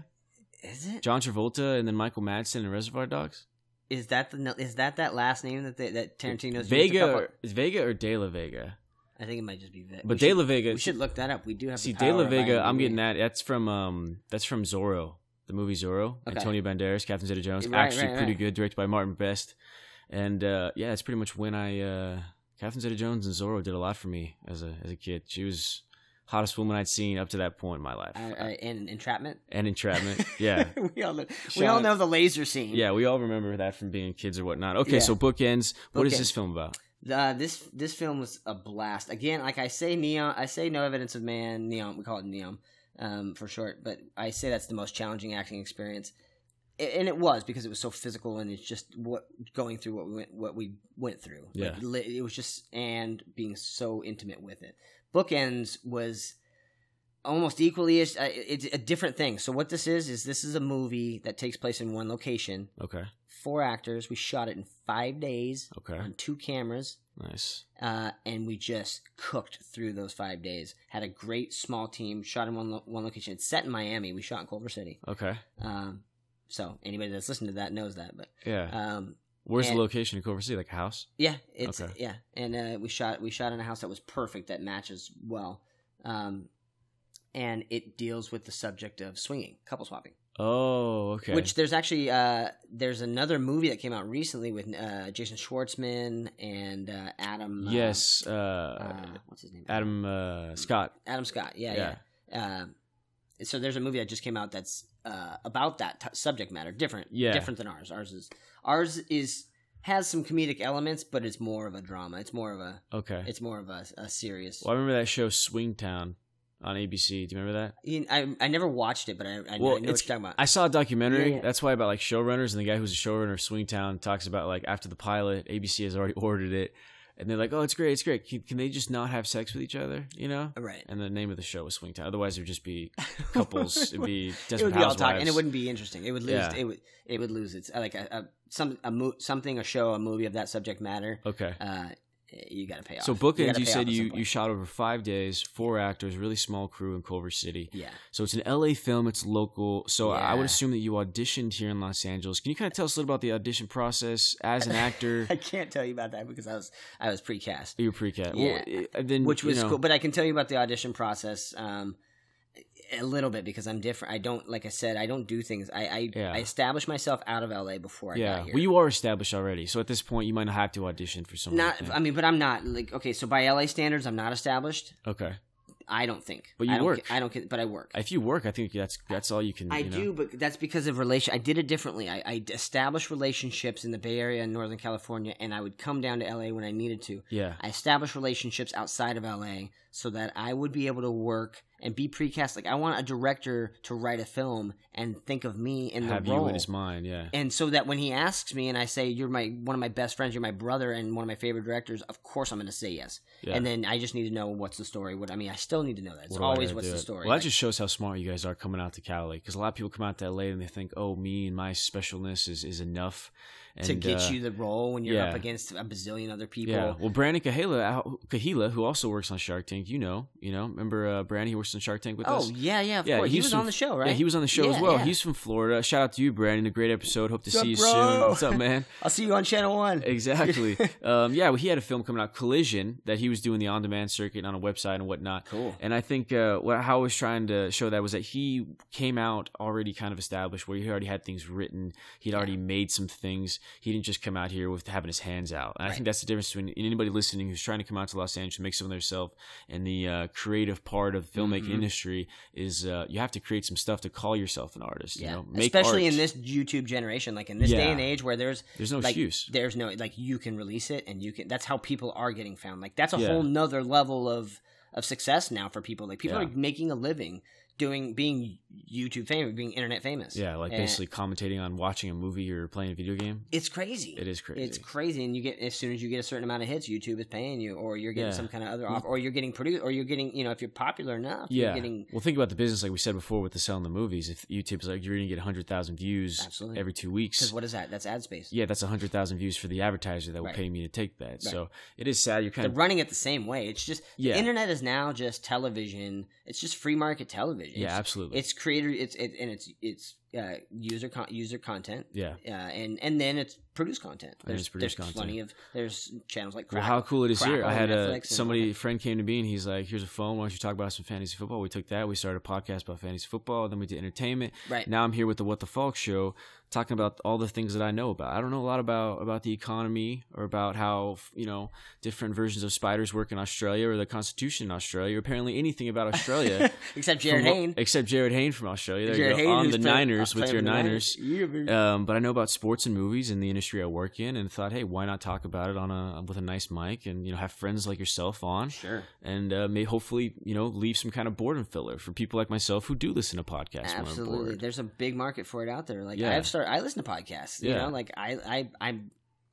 Speaker 2: Is it?
Speaker 1: John Travolta, and then Michael Madsen in Reservoir Dogs.
Speaker 2: Is that the? no- Is that that last name that they, that Tarantino's used a
Speaker 1: Vega
Speaker 2: couple-
Speaker 1: or, is Vega or De La Vega?
Speaker 2: I think it might just be Vega.
Speaker 1: But
Speaker 2: we
Speaker 1: De La
Speaker 2: should,
Speaker 1: Vega.
Speaker 2: We should look that up. We do have
Speaker 1: See,
Speaker 2: the
Speaker 1: De La
Speaker 2: power of
Speaker 1: Vega, I'm
Speaker 2: IMDb.
Speaker 1: getting that. That's from um, that's from Zorro, the movie Zorro.
Speaker 2: Okay.
Speaker 1: Antonio Banderas, Catherine Zeta-Jones,
Speaker 2: Right,
Speaker 1: actually
Speaker 2: right,
Speaker 1: pretty
Speaker 2: right.
Speaker 1: good, directed by Martin Best. And uh, yeah, that's pretty much when I uh, Catherine Zeta-Jones and Zorro did a lot for me as a as a kid. She was hottest woman I'd seen up to that point in my life.
Speaker 2: I, I, and uh, entrapment.
Speaker 1: and
Speaker 2: [LAUGHS]
Speaker 1: Entrapment, yeah.
Speaker 2: we all know, we
Speaker 1: Shout
Speaker 2: all
Speaker 1: out-
Speaker 2: know the laser scene.
Speaker 1: Yeah, we all remember that from being kids or whatnot. Okay,
Speaker 2: Yeah.
Speaker 1: so bookends. What is this
Speaker 2: Bookends.
Speaker 1: film about?
Speaker 2: Uh, this this film was a blast. Again, like I say, neon. I say no evidence of man. Neon. We call it neon um, for short. But I say that's the most challenging acting experience, A- and it was because it was so physical and it's just what going through what we went what we went through. Like,
Speaker 1: Yeah.
Speaker 2: li- it was just and being so intimate with it. Bookends was almost equally is uh, it's a different thing. So what this is is this is a movie that takes place in one location.
Speaker 1: Okay,
Speaker 2: Four actors. We shot it in five days
Speaker 1: okay,
Speaker 2: on two cameras
Speaker 1: nice.
Speaker 2: uh, and we just cooked through those five days. Had a great small team. Shot in one lo- one location. It's set in Miami. We shot in Culver City.
Speaker 1: Okay,
Speaker 2: Um, so anybody that's listened to that knows that. But
Speaker 1: yeah.
Speaker 2: um,
Speaker 1: Where's the
Speaker 2: and-
Speaker 1: location in Culver City? Like a house?
Speaker 2: yeah, it's
Speaker 1: Okay.
Speaker 2: yeah, and uh, we shot we shot in a house that was perfect that matches well, um, and it deals with the subject of swinging, couple swapping.
Speaker 1: Oh, okay.
Speaker 2: Which there's actually uh, there's another movie that came out recently with uh, Jason Schwartzman and uh, Adam. uh,
Speaker 1: yes,
Speaker 2: uh,
Speaker 1: uh,
Speaker 2: what's his name?
Speaker 1: Adam uh, Scott.
Speaker 2: Adam Scott. Yeah, yeah. Um, so there's a movie that just came out that's uh, about that t- subject matter, different,
Speaker 1: Yeah.
Speaker 2: different than ours. Ours is ours is has some comedic elements, but it's more of a drama. It's more of a
Speaker 1: Okay.
Speaker 2: it's more of a, a serious.
Speaker 1: Well, I remember that show Swingtown on ABC. Do you remember that?
Speaker 2: You- I I never watched it, but I, I,
Speaker 1: Well,
Speaker 2: know
Speaker 1: it's-
Speaker 2: what you're talking about.
Speaker 1: I saw a documentary.
Speaker 2: Yeah, yeah.
Speaker 1: That's why about like showrunners and the guy who's a showrunner of Swingtown talks about like after the pilot, ABC has already [LAUGHS] ordered it, and they're like, "Oh, it's great, it's great. Can, can they just not have sex with each other?" You know.
Speaker 2: right.
Speaker 1: And the name of the show was Swingtown. Otherwise, it would just
Speaker 2: [LAUGHS]
Speaker 1: be [LAUGHS] couples. It'd be
Speaker 2: It
Speaker 1: desperate
Speaker 2: would be all talk,
Speaker 1: housewives.
Speaker 2: and it wouldn't be interesting. It would lose.
Speaker 1: Yeah.
Speaker 2: It would. It would lose its like a, a some a mo- something a show a movie of that subject matter.
Speaker 1: Okay.
Speaker 2: Uh, you got to pay off.
Speaker 1: So
Speaker 2: You
Speaker 1: bookends.
Speaker 2: gotta
Speaker 1: You
Speaker 2: pay off
Speaker 1: said
Speaker 2: at some
Speaker 1: you you
Speaker 2: point.
Speaker 1: shot over five days, four actors, really small crew in Culver City.
Speaker 2: yeah. [LAUGHS]
Speaker 1: So it's an LA film, it's local. So I I would
Speaker 2: Yeah.
Speaker 1: assume that you auditioned here in Los Angeles. Can you kind of tell us a little about the audition process as an
Speaker 2: [LAUGHS]
Speaker 1: actor?
Speaker 2: I can't tell you about that because I was I was pre-cast,
Speaker 1: you were pre-cat.
Speaker 2: Yeah.
Speaker 1: Well, i- then,
Speaker 2: which
Speaker 1: Mm, you
Speaker 2: was
Speaker 1: know,
Speaker 2: cool. But I can tell you about the audition process um, a little bit because I'm different. I don't like I said I don't do things. I I,
Speaker 1: Yeah.
Speaker 2: I established myself out of LA before I
Speaker 1: yeah.
Speaker 2: got here.
Speaker 1: Well, you are established already. So at this point, you might not have to audition for someone.
Speaker 2: not
Speaker 1: I think.
Speaker 2: I mean, but I'm not like okay. So by LA standards, I'm not established.
Speaker 1: okay.
Speaker 2: I don't think.
Speaker 1: But you
Speaker 2: I don't,
Speaker 1: work.
Speaker 2: ca- I don't. ca- But I work.
Speaker 1: If you work, I think that's that's all you can.
Speaker 2: I
Speaker 1: you know.
Speaker 2: do, but that's because of relation. I did it differently. I, I established relationships in the Bay Area and Northern California, and I would come down to LA when I needed to.
Speaker 1: Yeah.
Speaker 2: I established relationships outside of LA so that I would be able to work and be precast. Like I want a director to write a film and think of me in
Speaker 1: Have
Speaker 2: the role.
Speaker 1: you in his mind? Yeah.
Speaker 2: and so that when he asks me and I say you're my one of my best friends, you're my brother and one of my favorite directors, of course I'm going to say yes.
Speaker 1: Yeah.
Speaker 2: And then I just need to know what's the story. What I mean, I still need to know that. It's
Speaker 1: What do I
Speaker 2: always
Speaker 1: gotta
Speaker 2: what's
Speaker 1: do
Speaker 2: the
Speaker 1: it?
Speaker 2: story.
Speaker 1: Well, that
Speaker 2: Like,
Speaker 1: just shows how smart you guys are coming out to Cali. Because a lot of people come out to LA and they think, "Oh, me and my specialness is is enough." And,
Speaker 2: to get
Speaker 1: uh,
Speaker 2: you the role when you're
Speaker 1: yeah.
Speaker 2: up against a bazillion other people.
Speaker 1: Yeah. Well, Brandon Kahila, Kahila, who also works on Shark Tank, you know, you know, remember uh, Brandon? He works on Shark Tank with
Speaker 2: oh
Speaker 1: us.
Speaker 2: yeah, yeah. Of
Speaker 1: Yeah,
Speaker 2: course. He
Speaker 1: he's
Speaker 2: was
Speaker 1: from-
Speaker 2: on the show, right?
Speaker 1: Yeah, he was on the show
Speaker 2: Yeah,
Speaker 1: as well.
Speaker 2: yeah.
Speaker 1: He's from Florida. Shout out to you, Brandon. A great episode. Hope to
Speaker 2: What's
Speaker 1: see you
Speaker 2: up, bro?
Speaker 1: soon. What's up,
Speaker 2: [LAUGHS]
Speaker 1: man?
Speaker 2: I'll see you on Channel One. [LAUGHS]
Speaker 1: Exactly. um, yeah, well, he had a film coming out, Collision, that he was doing the on-demand circuit on a website and whatnot.
Speaker 2: Cool.
Speaker 1: And I think uh, what how I was trying to show that was that he came out already kind of established, where he already had things written. He'd already made some things. He didn't just come out here with having his hands out. And I
Speaker 2: Right.
Speaker 1: think that's the difference between anybody listening who's trying to come out to Los Angeles, make something of themselves, and the uh, creative part of the filmmaking
Speaker 2: Mhm.
Speaker 1: industry is uh, you have to create some stuff to call yourself an artist.
Speaker 2: Yeah.
Speaker 1: You know, make
Speaker 2: Especially
Speaker 1: art.
Speaker 2: in this YouTube generation, like in this day
Speaker 1: Yeah.
Speaker 2: and age where there's
Speaker 1: There's no
Speaker 2: like
Speaker 1: excuse.
Speaker 2: there's no like you can release it and you can that's how people are getting found. Like that's a
Speaker 1: Yeah.
Speaker 2: whole nother level of of success now for people. Like people
Speaker 1: Yeah.
Speaker 2: are making a living doing being YouTube famous, being internet famous.
Speaker 1: Yeah, like
Speaker 2: And
Speaker 1: basically commentating on watching a movie or playing a video game.
Speaker 2: it's crazy.
Speaker 1: It is crazy.
Speaker 2: It's crazy, and you get as soon as you get a certain amount of hits, YouTube is paying you, or you're getting
Speaker 1: Yeah.
Speaker 2: some kind of other offer, or you're getting produced, or you're getting you know if you're popular enough,
Speaker 1: yeah.
Speaker 2: you're getting
Speaker 1: well, think about the business, like we said before, with the selling the movies. If YouTube's like you're gonna get hundred thousand views
Speaker 2: Absolutely. [LAUGHS]
Speaker 1: every two
Speaker 2: because
Speaker 1: weeks,
Speaker 2: what is that? That's ad space.
Speaker 1: yeah, that's hundred thousand views for the advertiser that will
Speaker 2: Right.
Speaker 1: pay me to take that. So it is sad. You're kind
Speaker 2: They're
Speaker 1: of
Speaker 2: running it the same way. It's just
Speaker 1: yeah,
Speaker 2: the internet is now just television. It's just free market television.
Speaker 1: yeah,
Speaker 2: It's-
Speaker 1: absolutely.
Speaker 2: it's creator it's it, and it's it's uh, user con- user content
Speaker 1: yeah.
Speaker 2: uh, and and then it's produced content
Speaker 1: And
Speaker 2: there's,
Speaker 1: it's produced
Speaker 2: there's
Speaker 1: content.
Speaker 2: plenty of there's channels like
Speaker 1: Well,
Speaker 2: Crackle.
Speaker 1: how cool it is here! I
Speaker 2: Crackle,
Speaker 1: had
Speaker 2: Netflix,
Speaker 1: a
Speaker 2: and all
Speaker 1: somebody
Speaker 2: that.
Speaker 1: friend came to me and he's like, "Here's a phone. Why don't you talk about some fantasy football?" We took that. We started a podcast about fantasy football. Then we did entertainment.
Speaker 2: right
Speaker 1: Now I'm here with the What the Falk show, talking about all the things that I know about. I don't know a lot about about the economy or about how you know different versions of spiders work in Australia or the Constitution in Australia. Or apparently anything
Speaker 2: [LAUGHS]
Speaker 1: about Australia,
Speaker 2: except Jared
Speaker 1: From-
Speaker 2: Hayne
Speaker 1: except Jared Hayne from Australia. There
Speaker 2: Jared
Speaker 1: you go. on
Speaker 2: who's
Speaker 1: the
Speaker 2: playing-
Speaker 1: Niners
Speaker 2: playing
Speaker 1: with your
Speaker 2: the
Speaker 1: Niners.
Speaker 2: Niners.
Speaker 1: Um, but I know about sports and movies and the industry I work in, and thought, hey, why not talk about it on a with a nice mic and you know have friends like yourself on
Speaker 2: sure
Speaker 1: and uh, may hopefully you know leave some kind of boredom filler for people like myself who do listen to podcasts. when I'm bored.
Speaker 2: absolutely there's a big market for it out there like
Speaker 1: Yeah.
Speaker 2: I've started I listen to podcasts you
Speaker 1: Yeah.
Speaker 2: know like I I I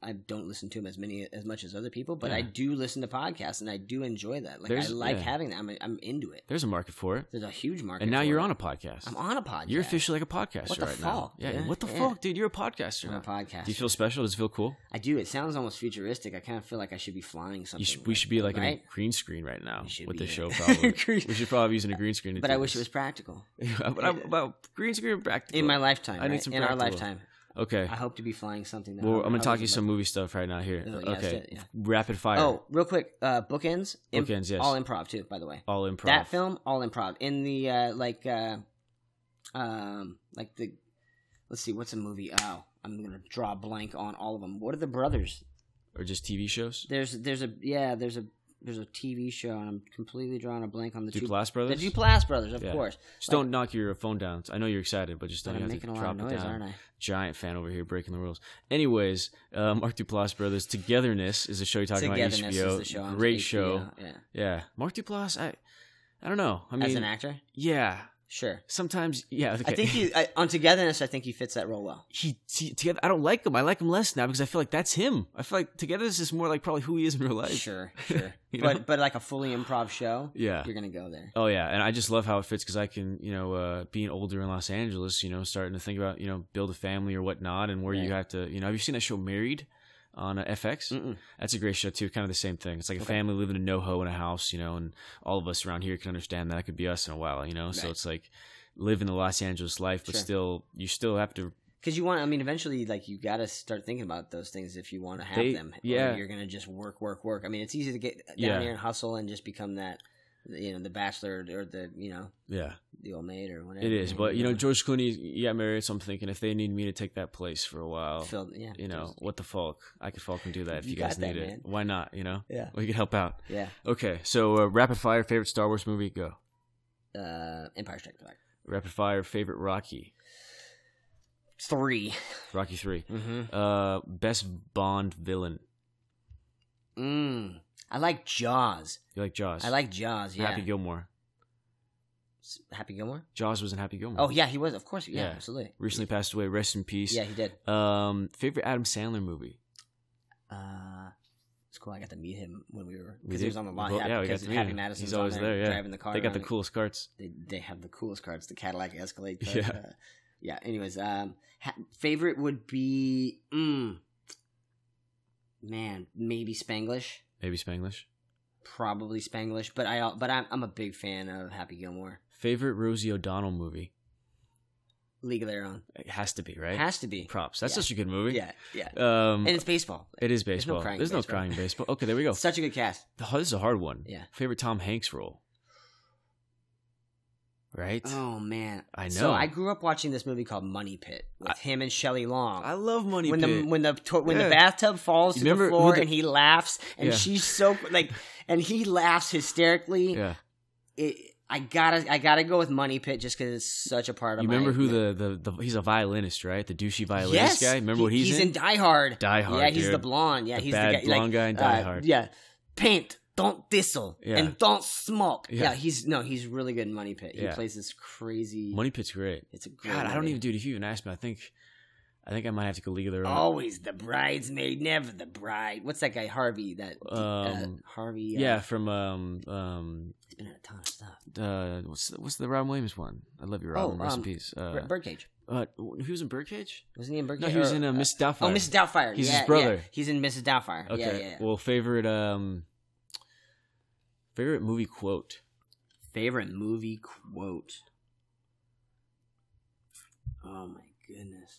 Speaker 2: I don't listen to them as many as much as other people but I
Speaker 1: Yeah.
Speaker 2: do listen to podcasts and I do enjoy that like I
Speaker 1: There's-
Speaker 2: like
Speaker 1: yeah.
Speaker 2: having that I'm I'm into it
Speaker 1: There's a market for it.
Speaker 2: there's a huge market
Speaker 1: and now
Speaker 2: for
Speaker 1: you're
Speaker 2: it.
Speaker 1: on a podcast.
Speaker 2: I'm on a podcast
Speaker 1: You're officially like a podcaster
Speaker 2: What the
Speaker 1: right
Speaker 2: fuck,
Speaker 1: now. Yeah,
Speaker 2: dude?
Speaker 1: What the
Speaker 2: Yeah.
Speaker 1: fuck, dude? You're a podcaster.
Speaker 2: I'm
Speaker 1: now.
Speaker 2: a podcast.
Speaker 1: Do you feel special? Does it feel cool?
Speaker 2: I do. It sounds almost futuristic. I kind of feel like I should be flying something.
Speaker 1: You should, we should be like in
Speaker 2: right?
Speaker 1: a green screen right now
Speaker 2: We should
Speaker 1: with
Speaker 2: be
Speaker 1: the show.
Speaker 2: [LAUGHS] in-
Speaker 1: Probably.
Speaker 2: Green-
Speaker 1: we should probably be using a green screen. to
Speaker 2: but
Speaker 1: do
Speaker 2: I wish it
Speaker 1: this.
Speaker 2: was practical
Speaker 1: [LAUGHS] but
Speaker 2: [LAUGHS]
Speaker 1: I, but green screen practical.
Speaker 2: in my lifetime.
Speaker 1: I need
Speaker 2: right?
Speaker 1: some
Speaker 2: in our
Speaker 1: practical.
Speaker 2: lifetime.
Speaker 1: okay.
Speaker 2: I hope to be flying something. That
Speaker 1: Well,
Speaker 2: I'll-
Speaker 1: I'm gonna
Speaker 2: I'll
Speaker 1: talk
Speaker 2: be
Speaker 1: you some movie stuff right now here.
Speaker 2: Oh, yeah, that's
Speaker 1: okay.
Speaker 2: it, yeah.
Speaker 1: Rapid fire.
Speaker 2: Oh, real quick, uh, bookends. Imp-
Speaker 1: Bookends, yes.
Speaker 2: All improv too. By the way,
Speaker 1: all improv.
Speaker 2: that film, all improv. In the uh, like, uh, um, like the. Let's see, what's a movie? Oh, I'm gonna draw a blank on all of them. What are the brothers?
Speaker 1: or just TV shows?
Speaker 2: There's, there's a yeah, there's a there's a TV show, and I'm completely drawing a blank on the two.
Speaker 1: Duplass
Speaker 2: The
Speaker 1: brothers.
Speaker 2: Duplass brothers, of
Speaker 1: Yeah.
Speaker 2: course.
Speaker 1: just don't knock your phone down. I know you're excited, but just
Speaker 2: But
Speaker 1: don't.
Speaker 2: I'm
Speaker 1: you have
Speaker 2: making
Speaker 1: to
Speaker 2: a
Speaker 1: drop
Speaker 2: lot of
Speaker 1: it
Speaker 2: noise,
Speaker 1: down.
Speaker 2: aren't I?
Speaker 1: giant fan over here breaking the rules. Anyways, uh, Mark Duplass brothers, Togetherness is a show you're talking about.
Speaker 2: Togetherness
Speaker 1: HBO,
Speaker 2: is the show. on
Speaker 1: great
Speaker 2: HBO,
Speaker 1: show.
Speaker 2: Yeah.
Speaker 1: Yeah, Mark Duplass. I, I don't know. I mean,
Speaker 2: As an actor,
Speaker 1: yeah.
Speaker 2: sure.
Speaker 1: Sometimes, yeah. Okay.
Speaker 2: I think you I, on Togetherness. I think he fits that role well.
Speaker 1: [LAUGHS] he, he together. I don't like him. I like him less now because I feel like that's him. I feel like Togetherness is more like probably who he is in real life.
Speaker 2: Sure,
Speaker 1: [LAUGHS]
Speaker 2: sure.
Speaker 1: You know?
Speaker 2: but but like a fully improv show,
Speaker 1: Yeah.
Speaker 2: you're gonna go there.
Speaker 1: Oh yeah, and I just love how it fits because I can, you know, uh, being older in Los Angeles, you know, starting to think about, you know, build a family or whatnot, and where you
Speaker 2: Right.
Speaker 1: have to, you know, have you seen that show Married on uh, FX?
Speaker 2: Mm-mm.
Speaker 1: That's a great show too. Kind of the same thing. It's like a
Speaker 2: Okay.
Speaker 1: family living in NoHo in a house, you know, and all of us around here can understand that. That could be us in a while, you know. So
Speaker 2: Right.
Speaker 1: it's like living the Los Angeles life, but
Speaker 2: Sure.
Speaker 1: still, you still have to.
Speaker 2: Because you want, I mean, eventually, like you got to start thinking about those things if you want to have
Speaker 1: They-
Speaker 2: them. or
Speaker 1: yeah.
Speaker 2: you're gonna just work, work, work. I mean, it's easy to get down
Speaker 1: Yeah.
Speaker 2: here and hustle and just become that, you know, the bachelor or the, you know,
Speaker 1: Yeah,
Speaker 2: the old maid or whatever.
Speaker 1: It is, but you know,
Speaker 2: Yeah.
Speaker 1: George Clooney he got married, so I'm thinking if they need me to take that place for a while,
Speaker 2: Phil, yeah,
Speaker 1: you know,
Speaker 2: there's-
Speaker 1: what the fuck? I could fucking do that if
Speaker 2: You
Speaker 1: you, guys
Speaker 2: got that,
Speaker 1: need it.
Speaker 2: man.
Speaker 1: Why not? You know,
Speaker 2: yeah,
Speaker 1: we could help out.
Speaker 2: yeah.
Speaker 1: Okay, so uh, rapid fire favorite Star Wars movie go.
Speaker 2: Uh, Empire Strikes Back
Speaker 1: Rapid fire favorite Rocky,
Speaker 2: 3
Speaker 1: Rocky three.
Speaker 2: Mm-hmm.
Speaker 1: Uh, best Bond villain.
Speaker 2: Mm. I like Jaws.
Speaker 1: You like Jaws?
Speaker 2: I like Jaws. Yeah.
Speaker 1: Happy Gilmore.
Speaker 2: S- Happy Gilmore.
Speaker 1: Jaws was in Happy Gilmore.
Speaker 2: Oh yeah, he was. Of course. Yeah,
Speaker 1: Yeah.
Speaker 2: absolutely.
Speaker 1: recently passed away. Rest in peace.
Speaker 2: Yeah, he did.
Speaker 1: Um, favorite Adam Sandler movie.
Speaker 2: Uh, it's cool. I got to meet him when we were
Speaker 1: We
Speaker 2: because
Speaker 1: did.
Speaker 2: he was on the lot.
Speaker 1: Well,
Speaker 2: yeah,
Speaker 1: yeah, we got
Speaker 2: because
Speaker 1: to meet
Speaker 2: Happy
Speaker 1: him.
Speaker 2: Madison's
Speaker 1: He's always
Speaker 2: on there,
Speaker 1: there, yeah.
Speaker 2: driving the car.
Speaker 1: they got the
Speaker 2: around.
Speaker 1: coolest carts.
Speaker 2: They, they have the coolest cars, the Cadillac
Speaker 1: [LAUGHS]
Speaker 2: Escalade. Cars.
Speaker 1: Yeah.
Speaker 2: Uh, yeah. Anyways, um, ha- favorite would be, mm, man, maybe Spanglish.
Speaker 1: Maybe Spanglish.
Speaker 2: Probably Spanglish, but I al- but I'm I'm a big fan of Happy Gilmore.
Speaker 1: Favorite Rosie O'Donnell movie.
Speaker 2: League of Their Own
Speaker 1: It has to be right.
Speaker 2: has to be.
Speaker 1: Props. That's
Speaker 2: Yeah.
Speaker 1: such a good movie.
Speaker 2: Yeah, yeah,
Speaker 1: Um,
Speaker 2: and it's baseball.
Speaker 1: it is
Speaker 2: there's no
Speaker 1: baseball. There's no
Speaker 2: crying
Speaker 1: crying,
Speaker 2: baseball.
Speaker 1: baseball. Okay, there we
Speaker 2: [LAUGHS]
Speaker 1: go.
Speaker 2: Such a good cast.
Speaker 1: The- This is a hard one.
Speaker 2: Yeah.
Speaker 1: Favorite Tom Hanks role. Right.
Speaker 2: Oh man,
Speaker 1: I
Speaker 2: So
Speaker 1: know.
Speaker 2: I grew up watching this movie called Money Pit with
Speaker 1: I-
Speaker 2: him and Shelley Long.
Speaker 1: I love Money
Speaker 2: when
Speaker 1: Pit.
Speaker 2: the when the to- when
Speaker 1: Yeah.
Speaker 2: the bathtub falls
Speaker 1: You
Speaker 2: to the
Speaker 1: remember who
Speaker 2: floor
Speaker 1: the-
Speaker 2: and he laughs and
Speaker 1: Yeah.
Speaker 2: she's so like and he laughs hysterically.
Speaker 1: yeah.
Speaker 2: It, I gotta I gotta go with Money Pit just because it's such a part of.
Speaker 1: You
Speaker 2: my-
Speaker 1: remember who the, the the he's a violinist, right? The douchey violinist
Speaker 2: yes
Speaker 1: guy. Remember what
Speaker 2: He-
Speaker 1: he's,
Speaker 2: in? Die Hard.
Speaker 1: Die Hard.
Speaker 2: yeah, he's
Speaker 1: dude.
Speaker 2: the blonde. Yeah,
Speaker 1: The
Speaker 2: he's
Speaker 1: bad
Speaker 2: the guy, like,
Speaker 1: blonde guy in Die
Speaker 2: uh,
Speaker 1: Hard.
Speaker 2: Yeah, paint. Don't thistle
Speaker 1: Yeah.
Speaker 2: and don't smoke.
Speaker 1: Yeah.
Speaker 2: Yeah. he's no, he's really good in Money Pit. He
Speaker 1: Yeah.
Speaker 2: plays this crazy.
Speaker 1: Money Pit's great.
Speaker 2: it's a great
Speaker 1: God, I don't
Speaker 2: movie.
Speaker 1: even do it. If you even ask me, I think, I think I might have to go League of Their Own.
Speaker 2: Always the bridesmaid, never the bride. What's that guy Harvey? That uh,
Speaker 1: Um,
Speaker 2: Harvey.
Speaker 1: yeah.
Speaker 2: Uh,
Speaker 1: from um um
Speaker 2: he's been in a ton of stuff.
Speaker 1: uh what's what's the Robin Williams one? I love you, Robin.
Speaker 2: Oh,
Speaker 1: Rest
Speaker 2: um,
Speaker 1: in peace. Uh,
Speaker 2: Bir- Birdcage.
Speaker 1: uh, he was in Birdcage.
Speaker 2: Wasn't he in
Speaker 1: No,
Speaker 2: Birdcage?
Speaker 1: he was
Speaker 2: Or,
Speaker 1: in uh,
Speaker 2: uh,
Speaker 1: Miss Doubtfire.
Speaker 2: Oh, Mrs. Doubtfire.
Speaker 1: He's
Speaker 2: yeah,
Speaker 1: his brother.
Speaker 2: Yeah. He's in Mrs. Doubtfire.
Speaker 1: Okay.
Speaker 2: Yeah, yeah, yeah.
Speaker 1: Well, favorite um favorite movie quote.
Speaker 2: Favorite movie quote. Oh my goodness.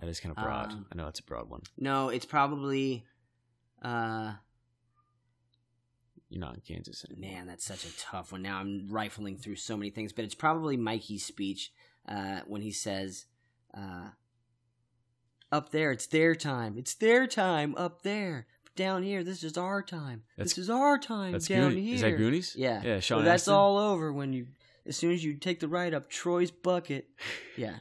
Speaker 1: That is kind of broad.
Speaker 2: Um,
Speaker 1: I know it's a broad one.
Speaker 2: No, it's probably. Uh,
Speaker 1: You're not in Kansas anymore.
Speaker 2: man, that's such a tough one. Now I'm rifling through so many things, but it's probably Mikey's speech uh, when he says, uh, "Up there, it's their time. It's their time up there. But down here, this is our time.
Speaker 1: That's-
Speaker 2: this is our time
Speaker 1: That's
Speaker 2: down
Speaker 1: Goonies.
Speaker 2: here."
Speaker 1: Is that Goonies?
Speaker 2: Yeah.
Speaker 1: Yeah. Sean.
Speaker 2: Well, that's
Speaker 1: Astin.
Speaker 2: all over when you, as soon as you take the ride up Troy's
Speaker 1: [LAUGHS]
Speaker 2: bucket. Yeah.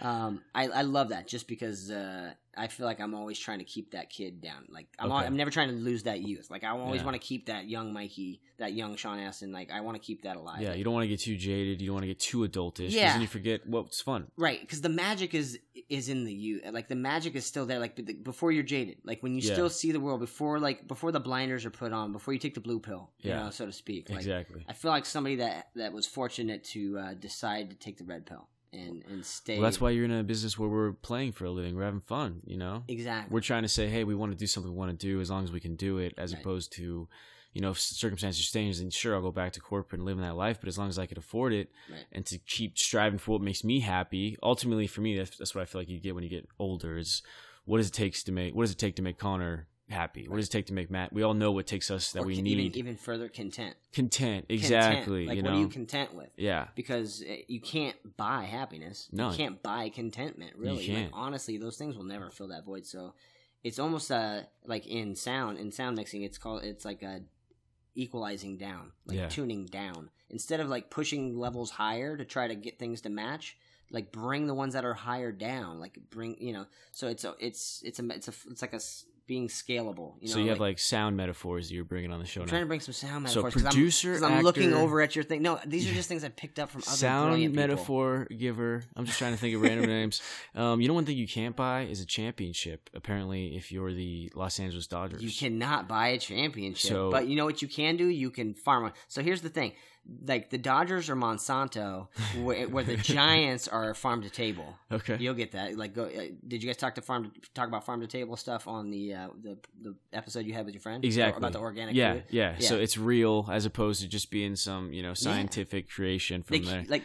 Speaker 2: Um, I, I love that just because uh, I feel like I'm always trying to keep that kid down. Like I'm, al-
Speaker 1: Okay.
Speaker 2: I'm never trying to lose that youth. Like I always
Speaker 1: Yeah.
Speaker 2: want to keep that young Mikey, that young Sean Astin. Like I want to keep that alive.
Speaker 1: Yeah. You don't want to get too jaded. You don't want to get too adultish. Yeah.
Speaker 2: Yeah.
Speaker 1: Then you forget what's fun.
Speaker 2: Right, because the magic is is in the you. Like the magic is still there. Like b- before you're jaded. Like when you
Speaker 1: Yeah.
Speaker 2: still see the world before, like before the blinders are put on, before you take the blue pill,
Speaker 1: Yeah.
Speaker 2: you know, so to speak. Like,
Speaker 1: exactly.
Speaker 2: I feel like somebody that that was fortunate to uh, decide to take the red pill and and stay.
Speaker 1: Well, that's why you're in a business where we're playing for a living. We're having fun. You know.
Speaker 2: exactly.
Speaker 1: We're trying to say, hey, we want to do something we want to do as long as we can do it, as
Speaker 2: Right.
Speaker 1: opposed to, you know, if circumstances change, then sure, I'll go back to corporate and living that life. But as long as I can afford it,
Speaker 2: right.
Speaker 1: and to keep striving for what makes me happy. Ultimately, for me, that's, that's what I feel like you get when you get older is what does it takes to make what does it take to make Connor happy? What does it take to make Matt? We all know what takes us that
Speaker 2: Or
Speaker 1: we
Speaker 2: can-
Speaker 1: need
Speaker 2: even, even further content.
Speaker 1: content.
Speaker 2: Content.
Speaker 1: Exactly,
Speaker 2: Like
Speaker 1: you
Speaker 2: what
Speaker 1: know.
Speaker 2: are you content with?
Speaker 1: yeah,
Speaker 2: Because uh, you can't buy happiness.
Speaker 1: No.
Speaker 2: You can't buy contentment. Really.
Speaker 1: can't.
Speaker 2: Like, honestly, those things will never fill that void. So it's almost uh like in sound in sound mixing, it's called it's like a equalizing down, like
Speaker 1: Yeah.
Speaker 2: tuning down. Instead of like pushing levels higher to try to get things to match, like bring the ones that are higher down. Like bring you know. So it's a, it's it's a it's a it's like a s- being scalable. You know,
Speaker 1: so you have like sound metaphors that you're bringing on the show
Speaker 2: I'm
Speaker 1: now.
Speaker 2: trying to bring some sound
Speaker 1: So
Speaker 2: metaphors. 'cause I'm-
Speaker 1: producer,
Speaker 2: because I'm looking
Speaker 1: actor,
Speaker 2: over at your thing. No, these are
Speaker 1: [LAUGHS]
Speaker 2: just things I picked up from other
Speaker 1: sound
Speaker 2: brilliant people.
Speaker 1: metaphor giver. I'm just trying to think of random names. Um, you know, one thing you can't buy is a championship. Apparently, if you're the Los Angeles Dodgers,
Speaker 2: You cannot buy a championship,
Speaker 1: So-
Speaker 2: but you know what you can do? You can farm one. So here's the thing: like the Dodgers or
Speaker 1: [LAUGHS]
Speaker 2: Monsanto, where, where the Giants are farm to table.
Speaker 1: Okay.
Speaker 2: You'll get that. Like, go. Uh, did you guys talk to farm talk about farm to table stuff on the uh, the the episode you had with your friend?
Speaker 1: Exactly.
Speaker 2: about the organic
Speaker 1: yeah,
Speaker 2: food.
Speaker 1: Yeah, So
Speaker 2: Yeah.
Speaker 1: it's real as opposed to just being some, you know, scientific creation
Speaker 2: They
Speaker 1: from there.
Speaker 2: like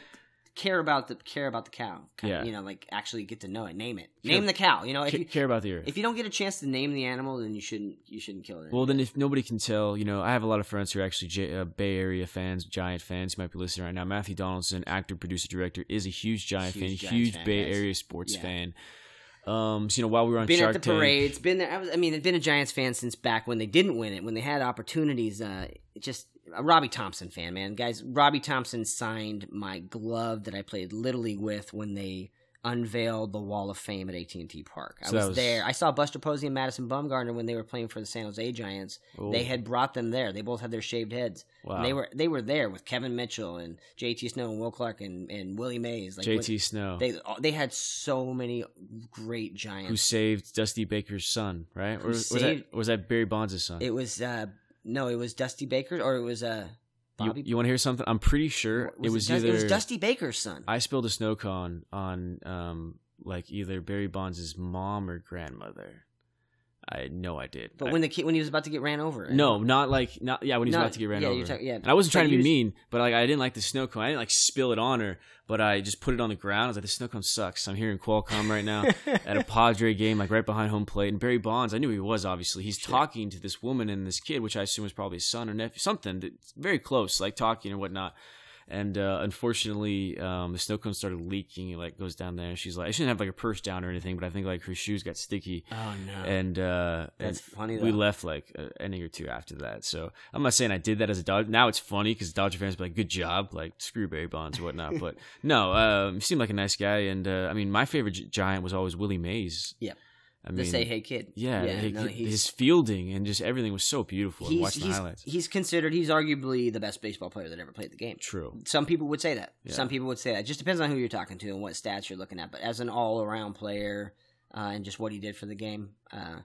Speaker 2: care about the care about the cow.
Speaker 1: Yeah.
Speaker 2: You know, like actually get to know it, name it,
Speaker 1: Sure.
Speaker 2: name the cow. You know, if
Speaker 1: Ca-
Speaker 2: you,
Speaker 1: care about the earth.
Speaker 2: if you don't get a chance to name the animal, then you shouldn't you shouldn't kill it.
Speaker 1: Well, then if nobody can tell, you know, I have a lot of friends who are actually J- uh, Bay Area fans, Giant fans. You might be listening right now. Matthew Donaldson, actor, producer, director, is a huge Giant
Speaker 2: Huge
Speaker 1: fan,
Speaker 2: Giants
Speaker 1: huge
Speaker 2: fan,
Speaker 1: Bay
Speaker 2: guys.
Speaker 1: Area sports
Speaker 2: Yeah.
Speaker 1: fan. Um, so you know, while we were on
Speaker 2: been
Speaker 1: Shark
Speaker 2: at the
Speaker 1: Tank,
Speaker 2: parades, been there. I, was, I mean, I've been a Giants fan since back when they didn't win it, when they had opportunities. Uh, it just a Robbie Thompson fan, man, guys. Robbie Thompson signed my glove that I played Little League with when they unveiled the Wall of Fame at AT and T Park. I
Speaker 1: So that
Speaker 2: was,
Speaker 1: was-
Speaker 2: there. I saw Buster Posey and Madison Bumgarner when they were playing for the San Jose Giants.
Speaker 1: Oh,
Speaker 2: They had brought them there. They both had their shaved heads.
Speaker 1: wow.
Speaker 2: And they were they were there with Kevin Mitchell and J.T. Snow and Will Clark and, and Willie Mays. Like
Speaker 1: JT Snow,
Speaker 2: They they had so many great Giants.
Speaker 1: who saved Dusty Baker's son, right?
Speaker 2: Who
Speaker 1: Or was
Speaker 2: saved-
Speaker 1: that was that Barry Bonds' son?
Speaker 2: It was uh no, it was Dusty Baker or it was uh
Speaker 1: you
Speaker 2: Bobby.
Speaker 1: want to hear something? I'm pretty sure it was
Speaker 2: Dus-
Speaker 1: either
Speaker 2: it was Dusty Baker's son.
Speaker 1: I spilled a snow cone on um like either Barry Bonds' mom or grandmother. I know I did.
Speaker 2: but
Speaker 1: I-
Speaker 2: when the kid when he was about to get ran over.
Speaker 1: [LAUGHS] No, not like not yeah when he's
Speaker 2: No,
Speaker 1: about to get ran
Speaker 2: yeah,
Speaker 1: over.
Speaker 2: you're talking- yeah.
Speaker 1: And I wasn't
Speaker 2: But
Speaker 1: trying to
Speaker 2: you
Speaker 1: be
Speaker 2: was-
Speaker 1: mean, but like I didn't like the snow cone. I didn't like spill it on her, but I just put it on the ground. I was like, this snow cone sucks. I'm here in Qualcomm right
Speaker 2: [LAUGHS]
Speaker 1: now at a Padre game, like right behind home plate. And Barry Bonds, I knew who he was. Obviously, he's talking to this woman and this kid, which I assume is probably his son or nephew, something that's very close, like talking and whatnot. And uh, unfortunately, um, the snow cone started leaking. It like goes down there. And she's like, I shouldn't have like a purse down or anything, but I think like her shoes got sticky.
Speaker 2: Oh no.
Speaker 1: And uh, and-
Speaker 2: That's funny though.
Speaker 1: we left like an inning or two after that. So I'm not saying I did that as a Dodger. Now it's funny because Dodger fans be like, "Good job," like screw Barry Bonds and whatnot.
Speaker 2: [LAUGHS]
Speaker 1: but no, um, he seemed like a nice guy. And uh, I mean, my favorite gi- Giant was always Willie Mays.
Speaker 2: Yep.
Speaker 1: I
Speaker 2: they
Speaker 1: mean,
Speaker 2: say hey kid.
Speaker 1: yeah, he-
Speaker 2: no,
Speaker 1: he-
Speaker 2: he's-
Speaker 1: his fielding and just everything was so beautiful. And
Speaker 2: he's,
Speaker 1: watching the
Speaker 2: he's-
Speaker 1: highlights,
Speaker 2: he's considered he's arguably the best baseball player that ever played the game.
Speaker 1: true.
Speaker 2: Some people would say that.
Speaker 1: Yeah.
Speaker 2: Some people would say that. It just depends on who you're talking to and what stats you're looking at. But as an all around player uh, and just what he did for the game, uh,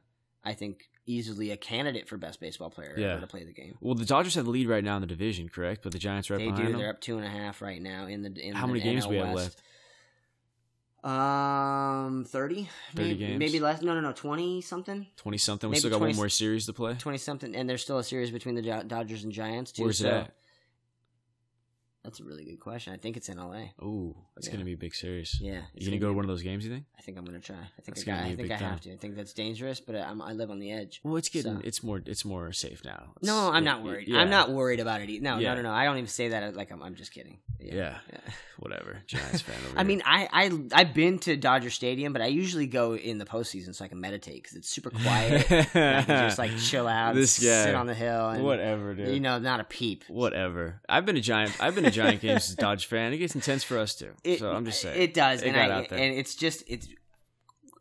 Speaker 2: I think easily a candidate for best baseball player
Speaker 1: Yeah.
Speaker 2: ever to play the game.
Speaker 1: Well, the Dodgers have the lead right now in the division, correct? But the Giants are right
Speaker 2: They
Speaker 1: behind
Speaker 2: do.
Speaker 1: them.
Speaker 2: They're up two and a half right now in the in
Speaker 1: How
Speaker 2: the
Speaker 1: many games
Speaker 2: NL
Speaker 1: we have
Speaker 2: West. Um, thirty.
Speaker 1: 30
Speaker 2: maybe,
Speaker 1: games?
Speaker 2: Maybe less. No, no, no. Twenty something.
Speaker 1: Twenty something. We
Speaker 2: Maybe
Speaker 1: still got
Speaker 2: 20
Speaker 1: one more series to play.
Speaker 2: Twenty something. And there's still a series between the Do- Dodgers and Giants too.
Speaker 1: Where's
Speaker 2: so
Speaker 1: it at?
Speaker 2: That's a really good question. I think it's in L.A.
Speaker 1: Oh, that's
Speaker 2: Yeah.
Speaker 1: gonna be a big series.
Speaker 2: Yeah.
Speaker 1: You gonna go to one of those games? You think?
Speaker 2: I think I'm gonna try. I think
Speaker 1: That's
Speaker 2: I,
Speaker 1: gonna
Speaker 2: got,
Speaker 1: be
Speaker 2: I
Speaker 1: a
Speaker 2: think
Speaker 1: big
Speaker 2: I have
Speaker 1: time.
Speaker 2: to. I think that's dangerous, but uh, I'm, I live on the edge.
Speaker 1: Well, it's getting
Speaker 2: So-
Speaker 1: it's more it's more safe now. It's-
Speaker 2: No, I'm
Speaker 1: yeah,
Speaker 2: not worried.
Speaker 1: e-, yeah,
Speaker 2: I'm not worried about it. e- No,
Speaker 1: Yeah.
Speaker 2: no, no, no. I don't even say that. uh, Like I'm, I'm just kidding.
Speaker 1: Yeah. [LAUGHS] Whatever, Giants fan. Over
Speaker 2: I
Speaker 1: here.
Speaker 2: mean, I, I I've been to Dodger Stadium, but I usually go in the postseason so I can meditate because it's super
Speaker 1: [LAUGHS]
Speaker 2: quiet. and I can just like chill out, and
Speaker 1: This guy.
Speaker 2: sit on the hill, and
Speaker 1: whatever, dude.
Speaker 2: you know, not a peep.
Speaker 1: whatever. I've been a Giant. I've been a Giant game since Dodge fan. It gets intense for us too.
Speaker 2: It,
Speaker 1: so I'm just saying.
Speaker 2: it does,
Speaker 1: It
Speaker 2: and
Speaker 1: got
Speaker 2: I,
Speaker 1: out there.
Speaker 2: and it's just it's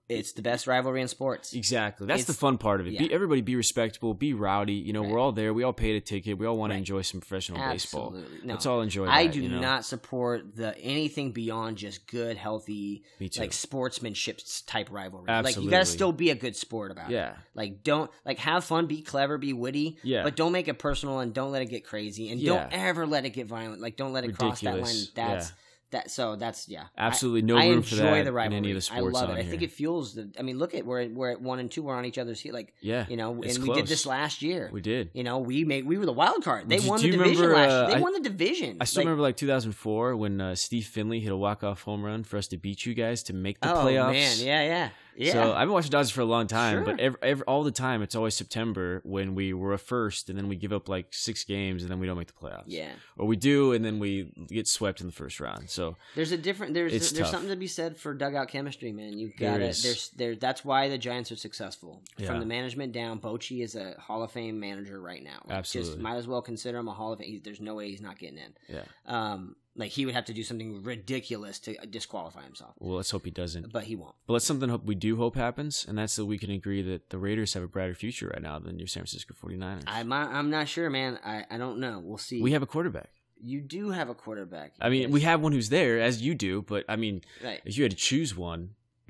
Speaker 2: it's the best rivalry in sports.
Speaker 1: Exactly. That's the
Speaker 2: It's-
Speaker 1: fun part of it. Be,
Speaker 2: yeah.
Speaker 1: everybody be respectable, be rowdy. You know, we're
Speaker 2: Right.
Speaker 1: all there. We all paid a ticket. We all want to
Speaker 2: Right.
Speaker 1: enjoy some professional baseball.
Speaker 2: Absolutely, no.
Speaker 1: Let's all enjoy
Speaker 2: I
Speaker 1: that,
Speaker 2: do
Speaker 1: you know?
Speaker 2: not support the anything beyond just good, healthy,
Speaker 1: Me too.
Speaker 2: like sportsmanship type rivalry. Like you gotta
Speaker 1: Absolutely.
Speaker 2: still be a good sport about it.
Speaker 1: yeah.
Speaker 2: Like don't like have fun, be clever, be witty.
Speaker 1: Yeah.
Speaker 2: But don't make it personal and don't let it get crazy and
Speaker 1: Yeah.
Speaker 2: don't ever let it get violent. Like don't let it
Speaker 1: Ridiculous.
Speaker 2: cross that line. That's that so that's yeah.
Speaker 1: Absolutely no
Speaker 2: I, I
Speaker 1: room for
Speaker 2: enjoy
Speaker 1: that
Speaker 2: the
Speaker 1: in
Speaker 2: rivalry.
Speaker 1: any of the sports
Speaker 2: I love it.
Speaker 1: on
Speaker 2: I
Speaker 1: here.
Speaker 2: think it fuels the I mean, look at we're we're at one and two, we're on each other's
Speaker 1: [LAUGHS]
Speaker 2: feet. Like
Speaker 1: yeah,
Speaker 2: you know,
Speaker 1: It's
Speaker 2: and we did
Speaker 1: close.
Speaker 2: this last year.
Speaker 1: we did.
Speaker 2: you know, we made we were the wild card. They
Speaker 1: Do-
Speaker 2: won
Speaker 1: do
Speaker 2: the
Speaker 1: you
Speaker 2: division
Speaker 1: remember,
Speaker 2: last
Speaker 1: uh,
Speaker 2: year.
Speaker 1: I-
Speaker 2: They won the division.
Speaker 1: I still
Speaker 2: Like,
Speaker 1: remember like 2004 when uh, Steve Finley hit a walk-off home run for us to beat you guys to make the
Speaker 2: oh,
Speaker 1: playoffs.
Speaker 2: Man, yeah, yeah. Yeah.
Speaker 1: So I've been watching Dodgers for a long time, but
Speaker 2: Sure.
Speaker 1: ev ev all the time it's always September when we were a first, and then we give up like six games, and then we don't make the playoffs.
Speaker 2: yeah.
Speaker 1: or we do, and then we get swept in the first round. So
Speaker 2: There's a different. There's
Speaker 1: It's
Speaker 2: there's
Speaker 1: tough.
Speaker 2: something to be said for dugout chemistry, man. You
Speaker 1: There
Speaker 2: got to
Speaker 1: is.
Speaker 2: There's there. That's why the Giants are successful
Speaker 1: Yeah.
Speaker 2: from the management down. Bochy is a Hall of Fame manager right now. Like,
Speaker 1: Absolutely.
Speaker 2: just might as well consider him a Hall of Fame. He, there's no way he's not getting in.
Speaker 1: yeah,
Speaker 2: Um, like he would have to do something ridiculous to disqualify himself,
Speaker 1: well, let's hope he doesn't.
Speaker 2: but he won't.
Speaker 1: But let's something hope we do hope happens, and that's that we can agree that the Raiders have a brighter future right now than your San Francisco 49ers.
Speaker 2: I'm I'm not sure, man. I, I don't know. We'll see.
Speaker 1: we have a quarterback.
Speaker 2: you do have a quarterback.
Speaker 1: I mean,
Speaker 2: Yes.
Speaker 1: we have one who's there as you do, but I mean,
Speaker 2: right.
Speaker 1: if you had to choose one,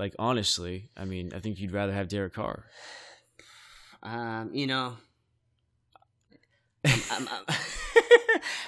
Speaker 1: like honestly, I mean, I think you'd rather have Derek Carr.
Speaker 2: Um, you know, I'm, I'm,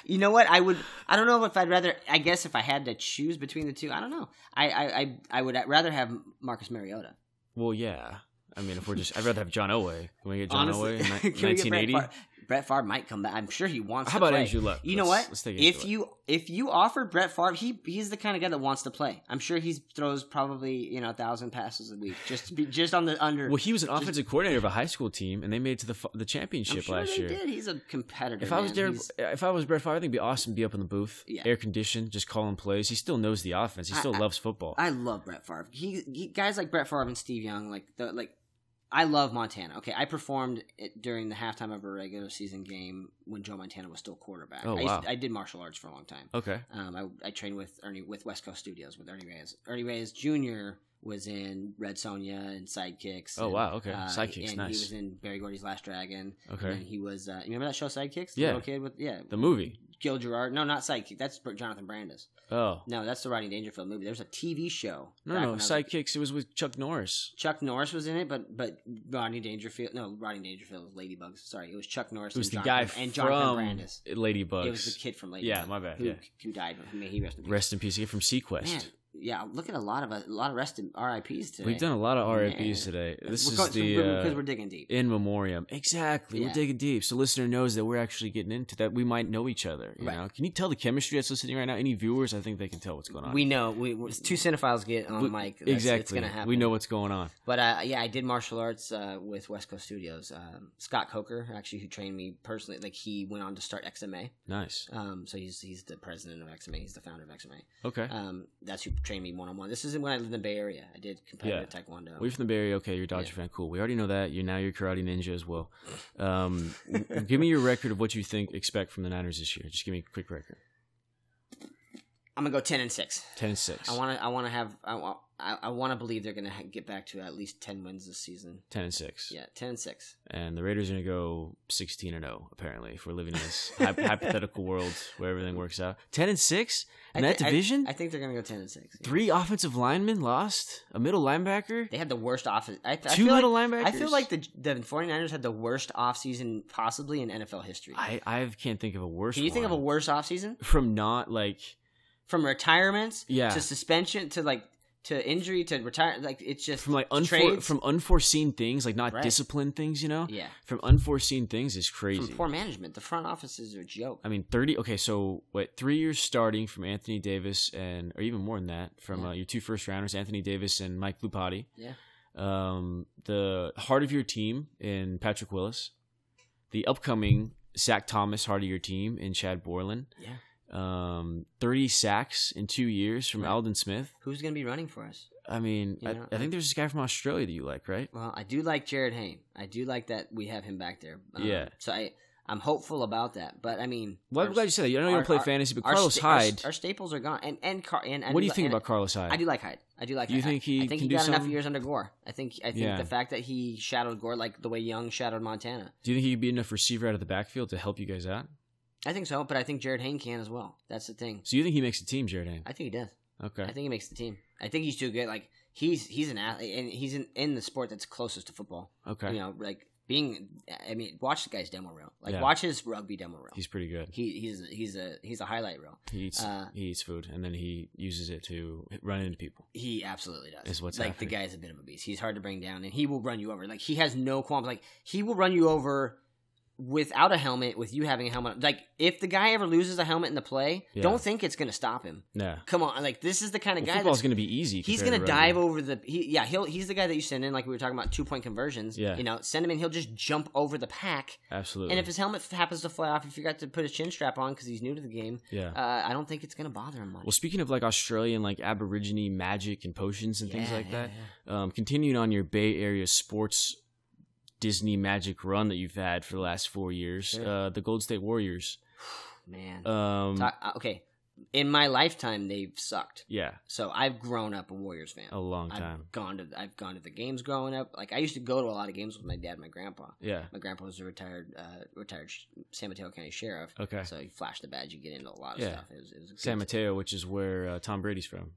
Speaker 2: you know what? I would. I don't know if I'd rather. I guess if I had to choose between the two, I don't know. I I I, I would rather have Marcus Mariota.
Speaker 1: Well, yeah. I mean, if we're just, I'd rather have John Elway. Can we get John Elway in ni-
Speaker 2: [LAUGHS] Can we get Brett
Speaker 1: 1980?
Speaker 2: Favre? Brett Favre might come back. I'm sure he wants.
Speaker 1: How
Speaker 2: to
Speaker 1: about
Speaker 2: play.
Speaker 1: Andrew Luck?
Speaker 2: You know
Speaker 1: Let's-
Speaker 2: what?
Speaker 1: let's take
Speaker 2: if
Speaker 1: Andrew
Speaker 2: you if you offered Brett Favre, he he's the kind of guy that wants to play. I'm sure he throws probably you know a thousand passes a week just to be just on the under.
Speaker 1: Well, he was an offensive coordinator of a high school team, and they made it to the fu- the
Speaker 2: I'm
Speaker 1: championship
Speaker 2: sure
Speaker 1: last
Speaker 2: they
Speaker 1: year.
Speaker 2: did. He's a competitor.
Speaker 1: If I was
Speaker 2: man.
Speaker 1: Derek,
Speaker 2: He's-
Speaker 1: if I was Brett Favre, I think it'd be awesome to be up in the booth,
Speaker 2: Yeah.
Speaker 1: air conditioned, just calling plays. He still knows the offense. He
Speaker 2: I-
Speaker 1: still
Speaker 2: I-
Speaker 1: loves football.
Speaker 2: I love Brett Favre. He, he guys like Brett Favre and Steve Young, like the like. I love Montana. Okay, I performed it during the halftime of a regular season game when Joe Montana was still quarterback.
Speaker 1: Oh,
Speaker 2: I, used-
Speaker 1: wow.
Speaker 2: I did martial arts for a long time.
Speaker 1: okay,
Speaker 2: Um, I, I trained with Ernie with West Coast Studios with Ernie Reyes. Ernie Reyes Jr. was in Red Sonja and Sidekicks.
Speaker 1: Oh,
Speaker 2: and,
Speaker 1: wow, okay.
Speaker 2: uh,
Speaker 1: Sidekicks,
Speaker 2: and
Speaker 1: nice.
Speaker 2: He was in Barry Gordy's Last Dragon.
Speaker 1: okay.
Speaker 2: And he was. Uh, you remember that show Sidekicks? The
Speaker 1: Yeah.
Speaker 2: Little kid with yeah.
Speaker 1: the movie.
Speaker 2: Gil Gerard. No, not Sidekick. That's Jonathan Brandis.
Speaker 1: Oh
Speaker 2: No, that's the Rodney Dangerfield movie. There was a TV show.
Speaker 1: no,
Speaker 2: back
Speaker 1: no,
Speaker 2: when I was-
Speaker 1: sidekicks. It was with Chuck Norris.
Speaker 2: Chuck Norris was in it, but but Rodney Dangerfield. No, Rodney Dangerfield was Ladybugs. Sorry, it was Chuck Norris.
Speaker 1: It was
Speaker 2: and
Speaker 1: the guy
Speaker 2: Jonathan, and
Speaker 1: from
Speaker 2: Jonathan Brandis.
Speaker 1: Ladybugs.
Speaker 2: It was the kid from Ladybugs.
Speaker 1: Yeah, my bad,
Speaker 2: Who,
Speaker 1: yeah.
Speaker 2: who died? May he rest in peace.
Speaker 1: Rest in peace. He from Sequest.
Speaker 2: Man, yeah, I'm looking at a lot of a lot of rested RIPs today.
Speaker 1: We've done a lot of RIPs
Speaker 2: Man.
Speaker 1: today. This
Speaker 2: We're
Speaker 1: is
Speaker 2: going-
Speaker 1: the
Speaker 2: we're-
Speaker 1: uh,
Speaker 2: because we're digging deep.
Speaker 1: in memoriam. Exactly.
Speaker 2: Yeah.
Speaker 1: We're digging deep. So listener knows that we're actually getting into that. We might know each other. You
Speaker 2: Right.
Speaker 1: know? Can you tell the chemistry that's listening right now? Any viewers, I think they can tell what's going on.
Speaker 2: We know we we- two cinephiles get on
Speaker 1: We-
Speaker 2: mic. That's,
Speaker 1: exactly.
Speaker 2: it's gonna happen.
Speaker 1: We know what's going on.
Speaker 2: But uh, yeah, I did martial arts uh, with West Coast Studios. Um, Scott Coker, actually, who trained me personally, like he went on to start XMA.
Speaker 1: Nice.
Speaker 2: Um, so he's he's the president of XMA. He's the founder of XMA.
Speaker 1: Okay.
Speaker 2: Um, that's who trained me one on one. This is when I lived in the Bay Area. I did competitive taekwondo. [LAUGHS]
Speaker 1: We're from the Bay Area. Okay, you're a Dodger
Speaker 2: Yeah.
Speaker 1: fan. Cool. We already know that. You're now you're a karate ninja as well.
Speaker 2: [LAUGHS]
Speaker 1: Um, w- give me your record of what you think expect from the Niners this year. Just give me a quick record.
Speaker 2: I'm gonna go ten and six.
Speaker 1: Ten six. [LAUGHS]
Speaker 2: I want to. I want to have. I want. I, I want to believe they're gonna ha- get back to at least ten wins this season.
Speaker 1: Ten and six.
Speaker 2: Yeah, ten and six.
Speaker 1: And the Raiders are gonna go sixteen and zero. Apparently, if we're living in this
Speaker 2: [LAUGHS]
Speaker 1: hy- hypothetical world where everything works out. Ten and six in
Speaker 2: I
Speaker 1: that
Speaker 2: thi- I-
Speaker 1: division.
Speaker 2: I think they're gonna go ten and six. yeah.
Speaker 1: Three offensive linemen lost. A middle linebacker.
Speaker 2: They had the worst off. I, th- I
Speaker 1: two
Speaker 2: feel
Speaker 1: middle
Speaker 2: Like,
Speaker 1: linebackers.
Speaker 2: I feel like the the 49ers had the worst offseason possibly in NFL history.
Speaker 1: I, I can't think of a worse.
Speaker 2: Can you think of a
Speaker 1: one.
Speaker 2: worse offseason
Speaker 1: from not like
Speaker 2: from retirements
Speaker 1: yeah
Speaker 2: to suspension to like to injury to retire? Like it's just
Speaker 1: from like unfor-
Speaker 2: trades?
Speaker 1: from unforeseen things like not
Speaker 2: Right.
Speaker 1: disciplined things you know
Speaker 2: yeah,
Speaker 1: from unforeseen things is crazy.
Speaker 2: from poor management. The front offices are a joke.
Speaker 1: I mean, thirty. Okay, so what? Three years starting from Anthony Davis and, or even more than that, from
Speaker 2: Yeah.
Speaker 1: uh, your two first rounders, Anthony Davis and Mike Lupati.
Speaker 2: Yeah.
Speaker 1: Um, the heart of your team in Patrick Willis, the upcoming Zach Thomas heart of your team in Chad Borland.
Speaker 2: Yeah.
Speaker 1: Um, thirty sacks in two years from
Speaker 2: Right.
Speaker 1: Alden Smith.
Speaker 2: Who's gonna be running for us?
Speaker 1: I mean,
Speaker 2: You
Speaker 1: I,
Speaker 2: know,
Speaker 1: I think there's this guy from Australia that you like, right?
Speaker 2: Well, I do like Jared Hayne. I do like that we have him back there. Um,
Speaker 1: Yeah.
Speaker 2: So I I'm hopeful about that. But I mean,
Speaker 1: Well, I'm
Speaker 2: our-
Speaker 1: glad you said that. You know you
Speaker 2: our-
Speaker 1: don't play
Speaker 2: our-
Speaker 1: fantasy, but
Speaker 2: our
Speaker 1: Carlos
Speaker 2: sta- our-
Speaker 1: Hyde.
Speaker 2: Our, staples are gone. And and, Car- and, and
Speaker 1: what do you think
Speaker 2: and-
Speaker 1: about Carlos Hyde?
Speaker 2: I do like Hyde. I do like.
Speaker 1: You
Speaker 2: Hyde.
Speaker 1: think he
Speaker 2: I
Speaker 1: can
Speaker 2: think he
Speaker 1: do
Speaker 2: got enough
Speaker 1: something?
Speaker 2: years under Gore. I think. I think
Speaker 1: Yeah.
Speaker 2: the fact that he shadowed Gore like the way Young shadowed Montana.
Speaker 1: Do you think he'd be enough receiver out of the backfield to help you guys out?
Speaker 2: I think so, but I think Jared Hayne can as well. That's the thing.
Speaker 1: So you think he makes the team, Jared Hayne?
Speaker 2: I think he does.
Speaker 1: Okay.
Speaker 2: I think he makes the team. I think he's too good. Like he's he's an athlete, and he's in, in the sport that's closest to football.
Speaker 1: okay.
Speaker 2: You know, like being. I mean, watch the guy's demo reel. Like
Speaker 1: Yeah.
Speaker 2: watch his rugby demo reel.
Speaker 1: He's pretty good.
Speaker 2: he he's he's a he's a highlight reel.
Speaker 1: He eats
Speaker 2: Uh,
Speaker 1: he eats food and then he uses it to run into people.
Speaker 2: He absolutely does.
Speaker 1: Is what's
Speaker 2: like the
Speaker 1: happening.
Speaker 2: guy's a bit of a beast. He's hard to bring down, and he will run you over. Like he has no qualms. Like he will run you over without a helmet, with you having a helmet. Like if the guy ever loses a helmet in the play,
Speaker 1: Yeah.
Speaker 2: don't think it's gonna stop him.
Speaker 1: Yeah.
Speaker 2: Come on, like this is the kind of
Speaker 1: Well,
Speaker 2: guy
Speaker 1: football's
Speaker 2: that's
Speaker 1: going to be easy.
Speaker 2: he's
Speaker 1: compared to
Speaker 2: gonna dive
Speaker 1: rugby.
Speaker 2: over the. He, yeah, he'll he's the guy that you send in. Like we were talking about two point conversions.
Speaker 1: Yeah.
Speaker 2: you know, send him in. He'll just jump over the pack.
Speaker 1: Absolutely.
Speaker 2: And if his helmet f- happens to fly off, he forgot to put his chin strap on because he's new to the game.
Speaker 1: yeah.
Speaker 2: Uh, I don't think it's gonna bother him much.
Speaker 1: well, speaking of like Australian like Aborigine magic and potions and things
Speaker 2: Yeah,
Speaker 1: like
Speaker 2: yeah,
Speaker 1: that,
Speaker 2: yeah.
Speaker 1: um, continuing on your Bay Area sports Disney magic run that you've had for the last four years,
Speaker 2: Sure.
Speaker 1: uh, the Gold State Warriors.
Speaker 2: Man,
Speaker 1: Um,
Speaker 2: Talk- uh, okay, in my lifetime they've sucked.
Speaker 1: yeah,
Speaker 2: So I've grown up a Warriors fan.
Speaker 1: a long
Speaker 2: I've
Speaker 1: time.
Speaker 2: gone to I've gone to the games growing up. Like I used to go to a lot of games with my dad, and my grandpa.
Speaker 1: yeah.
Speaker 2: My grandpa was a retired uh, retired sh- San Mateo County sheriff.
Speaker 1: Okay.
Speaker 2: So you flash the badge, you get into a lot of
Speaker 1: Yeah.
Speaker 2: stuff. It was, it was a good
Speaker 1: San
Speaker 2: time.
Speaker 1: Mateo, which is where uh, Tom Brady's from.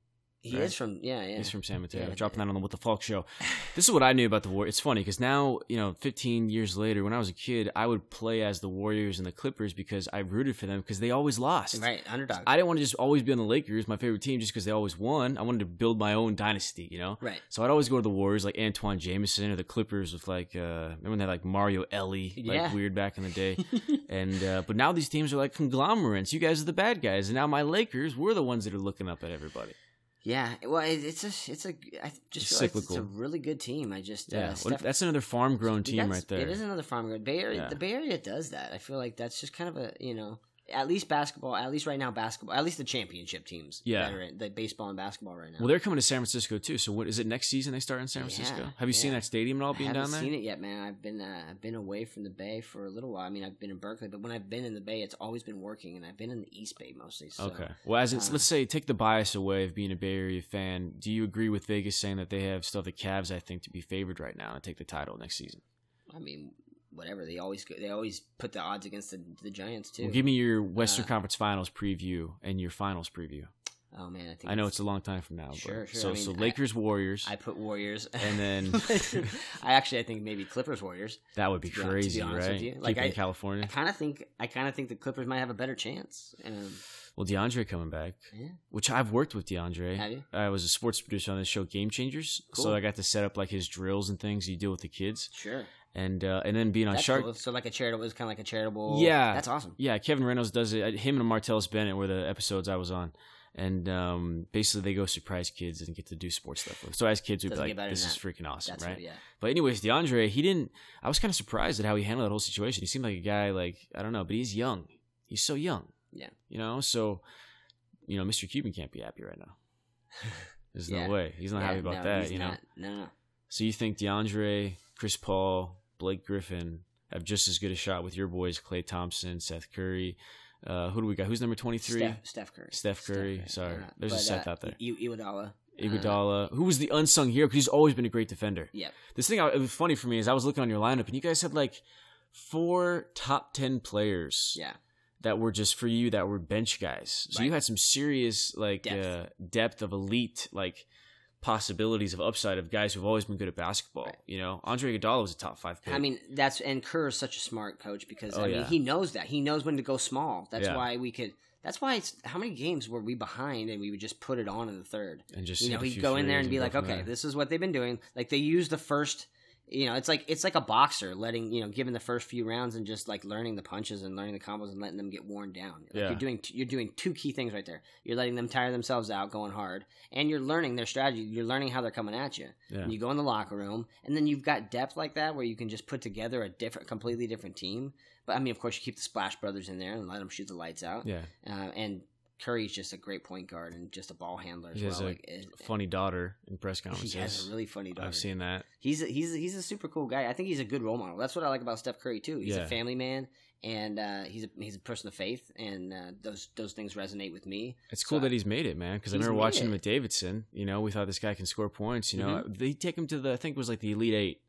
Speaker 2: He
Speaker 1: right?
Speaker 2: is from yeah yeah.
Speaker 1: He's from San Mateo.
Speaker 2: Yeah.
Speaker 1: Dropping that on the What the Falk
Speaker 2: [LAUGHS]
Speaker 1: show. This is what I knew about the war. It's funny because now, you know, 15 years later, when I was a kid, I would play as the Warriors and the Clippers because I rooted for them because they always lost.
Speaker 2: right underdog.
Speaker 1: I didn't want to just always be on the Lakers, my favorite team, just because they always won. I wanted to build my own dynasty, you know?
Speaker 2: right.
Speaker 1: So I'd always go to the Warriors, like Antoine Jameson, or the Clippers with like, uh, remember when they had like Mario Ellie, like
Speaker 2: Yeah.
Speaker 1: weird back in the day. [LAUGHS] and uh, but now these teams are like conglomerates. You guys are the bad guys, and now my Lakers, we're the ones that are looking up at everybody.
Speaker 2: Yeah. Well, it, it's a it's a I just
Speaker 1: It's
Speaker 2: feel like it's a
Speaker 1: cyclical.
Speaker 2: really good team. I just
Speaker 1: Yeah,
Speaker 2: uh,
Speaker 1: well,
Speaker 2: Steph-
Speaker 1: that's another farm-grown team
Speaker 2: That's-
Speaker 1: right there.
Speaker 2: It is another farm grown. Bay Area,
Speaker 1: Yeah.
Speaker 2: The Bay Area does that. I feel like that's just kind of a you know at least basketball. At least right now, basketball. At least the championship teams.
Speaker 1: Yeah.
Speaker 2: that are in, the baseball and basketball right now.
Speaker 1: Well, they're coming to San Francisco too. So what is it next season? They start in San
Speaker 2: Yeah,
Speaker 1: Francisco. Have you seen
Speaker 2: yeah.
Speaker 1: that stadium at all
Speaker 2: I
Speaker 1: being
Speaker 2: haven't
Speaker 1: down there?
Speaker 2: seen it yet, man. I've been uh, I've been away from the Bay for a little while. I mean, I've been in Berkeley, but when I've been in the Bay, it's always been working, and I've been in the East Bay mostly. So.
Speaker 1: Okay. Well, as it's,
Speaker 2: uh,
Speaker 1: let's say, take the bias away of being a Bay Area fan. Do you agree with Vegas saying that they have still the Cavs, I think, to be favored right now and take the title next season?
Speaker 2: I mean, whatever they always go, they always put the odds against the, the Giants too.
Speaker 1: Well, give me your Western
Speaker 2: Uh,
Speaker 1: Conference Finals preview and your Finals preview.
Speaker 2: oh man, I think
Speaker 1: I know it's a long time from now.
Speaker 2: Sure,
Speaker 1: but,
Speaker 2: sure.
Speaker 1: So,
Speaker 2: I mean,
Speaker 1: so
Speaker 2: I-
Speaker 1: Lakers, Warriors.
Speaker 2: I put Warriors,
Speaker 1: And then-
Speaker 2: [LAUGHS] I actually I think maybe Clippers Warriors.
Speaker 1: that would be
Speaker 2: to be hon- to be
Speaker 1: crazy,
Speaker 2: honest with
Speaker 1: right?
Speaker 2: you,
Speaker 1: Keep
Speaker 2: like,
Speaker 1: it in
Speaker 2: I- I
Speaker 1: California.
Speaker 2: kind of think I kind of think the Clippers might have a better chance. Um,
Speaker 1: well, DeAndre coming back,
Speaker 2: Yeah.
Speaker 1: which I've worked with DeAndre.
Speaker 2: have you?
Speaker 1: I was a sports producer on the show Game Changers,
Speaker 2: Cool.
Speaker 1: so I got to set up like his drills and things you deal with the kids,
Speaker 2: Sure.
Speaker 1: and uh, and then being on
Speaker 2: That's
Speaker 1: Shark.
Speaker 2: cool. So like a charitable, it's kind of like a charitable.
Speaker 1: Yeah.
Speaker 2: that's awesome.
Speaker 1: Yeah, Kevin Reynolds does it. Him and Martellus Bennett were the episodes I was on, and um, basically they go surprise kids and get to do sports stuff. with. So as kids, we'd be
Speaker 2: Doesn't get
Speaker 1: like,
Speaker 2: better
Speaker 1: "This
Speaker 2: than
Speaker 1: is freaking awesome,
Speaker 2: That's
Speaker 1: right?"
Speaker 2: what, yeah.
Speaker 1: But anyways, DeAndre, he didn't. I was kind of surprised at how he handled that whole situation. He seemed like a guy like I don't know, but he's young. He's so young.
Speaker 2: Yeah.
Speaker 1: You know, so you know, Mr. Cuban can't be happy right
Speaker 2: [LAUGHS]
Speaker 1: now. There's
Speaker 2: Yeah.
Speaker 1: no way he's not
Speaker 2: Yeah,
Speaker 1: happy about
Speaker 2: no,
Speaker 1: that.
Speaker 2: he's
Speaker 1: You know.
Speaker 2: not. No, no.
Speaker 1: So you think DeAndre, Chris Paul, Blake Griffin have just as good a shot with your boys, Clay Thompson, Seth Curry. Uh, who do we got? Who's number twenty three?
Speaker 2: Steph, Steph Curry.
Speaker 1: Steph Curry, sorry.
Speaker 2: no, no.
Speaker 1: There's a Seth out there.
Speaker 2: I- Iguodala.
Speaker 1: Iguodala,
Speaker 2: Uh-huh.
Speaker 1: who was the unsung hero because he's always been a great defender.
Speaker 2: Yeah.
Speaker 1: This thing I, it was funny for me is I was looking on your lineup and you guys had like four top ten players
Speaker 2: Yeah.
Speaker 1: that were just for you that were bench guys. So you
Speaker 2: Right.
Speaker 1: had some serious like
Speaker 2: Depth.
Speaker 1: Uh, depth of elite like possibilities of upside of guys who've always been good at basketball.
Speaker 2: Right.
Speaker 1: You know, Andre Iguodala was a top five pick.
Speaker 2: I mean, that's and Kerr is such a smart coach because
Speaker 1: Oh,
Speaker 2: I mean
Speaker 1: yeah.
Speaker 2: he knows that he knows when to go small. That's
Speaker 1: Yeah.
Speaker 2: why we could. That's why it's how many games were we behind and we would just put it on in the third.
Speaker 1: and just
Speaker 2: you know
Speaker 1: hit a
Speaker 2: he'd
Speaker 1: few
Speaker 2: go in there
Speaker 1: threes
Speaker 2: and be
Speaker 1: go
Speaker 2: like
Speaker 1: from
Speaker 2: okay
Speaker 1: there.
Speaker 2: this is what they've been doing like they use the first you know it's like it's like a boxer letting you know giving the first few rounds and just like learning the punches and learning the combos and letting them get worn down like
Speaker 1: Yeah.
Speaker 2: you're doing t- you're doing two key things right there you're letting them tire themselves out going hard and you're learning their strategy you're learning how they're coming at you
Speaker 1: Yeah.
Speaker 2: and you go in the locker room and then you've got depth like that where you can just put together a different completely different team but i mean of course you keep the splash brothers in there and let them shoot the lights out
Speaker 1: yeah,
Speaker 2: uh, and Curry's just a great point guard and just a ball handler as
Speaker 1: He has a
Speaker 2: well. Like, it-
Speaker 1: funny daughter in press conferences.
Speaker 2: [LAUGHS] he has a really funny daughter.
Speaker 1: I've seen that.
Speaker 2: He's a, he's a, he's a super cool guy. I think he's a good role model. That's what I like about Steph Curry too. He's
Speaker 1: Yeah.
Speaker 2: a family man, and uh, he's a, he's a person of faith, and uh, those those things resonate with me.
Speaker 1: It's cool
Speaker 2: So I-
Speaker 1: that he's made it, man. Because I
Speaker 2: He's
Speaker 1: remember
Speaker 2: made
Speaker 1: watching him
Speaker 2: it. Mm-hmm.
Speaker 1: at Davidson. You know, we thought this guy can score points. You know, they take him to the I think it was like the Elite Eight.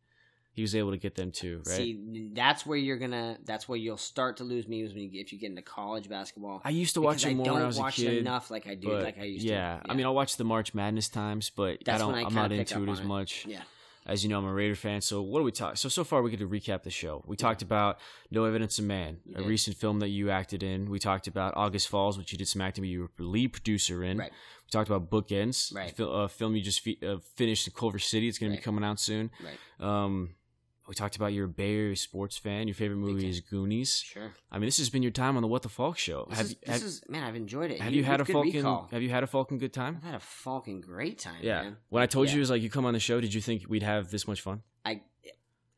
Speaker 1: He was able to get them to right.
Speaker 2: See, that's where you're gonna that's where you'll start to lose me is when you, if you get into college basketball.
Speaker 1: I used to watch
Speaker 2: Because
Speaker 1: him more
Speaker 2: don't
Speaker 1: when I was
Speaker 2: watch
Speaker 1: a
Speaker 2: it
Speaker 1: kid.
Speaker 2: enough like I do
Speaker 1: but
Speaker 2: like I used to.
Speaker 1: yeah. I mean, I'll watch the March Madness times, but I
Speaker 2: That's
Speaker 1: don't.
Speaker 2: when I
Speaker 1: I'm
Speaker 2: kinda
Speaker 1: not
Speaker 2: pick
Speaker 1: into
Speaker 2: up
Speaker 1: it
Speaker 2: on
Speaker 1: as
Speaker 2: it.
Speaker 1: much.
Speaker 2: yeah,
Speaker 1: As you know, I'm a Raider fan. So what do we talk? So so far, we get to recap the show. We talked about No Evidence of Man,
Speaker 2: You
Speaker 1: a
Speaker 2: did.
Speaker 1: recent film that you acted in. We talked about August Falls, which you did some acting, but you were lead producer in.
Speaker 2: Right.
Speaker 1: We talked about Bookends, a
Speaker 2: Right.
Speaker 1: fil- a film you just fe- uh, finished in Culver City. It's going to
Speaker 2: Right.
Speaker 1: be coming out soon.
Speaker 2: right,
Speaker 1: Um, we talked about your Bay Area sports fan. Your favorite movie
Speaker 2: Okay.
Speaker 1: is Goonies.
Speaker 2: sure.
Speaker 1: I mean, this has been your time on the What the Falk show.
Speaker 2: This,
Speaker 1: have
Speaker 2: is,
Speaker 1: you,
Speaker 2: this
Speaker 1: have,
Speaker 2: is man, I've enjoyed it.
Speaker 1: have you had a
Speaker 2: good
Speaker 1: Falcon?
Speaker 2: recall.
Speaker 1: Have you had a Falcon good time?
Speaker 2: I've had a fucking great time.
Speaker 1: Yeah.
Speaker 2: man.
Speaker 1: When I told
Speaker 2: Yeah.
Speaker 1: you it was like you come on the show, did you think we'd have this much fun?
Speaker 2: I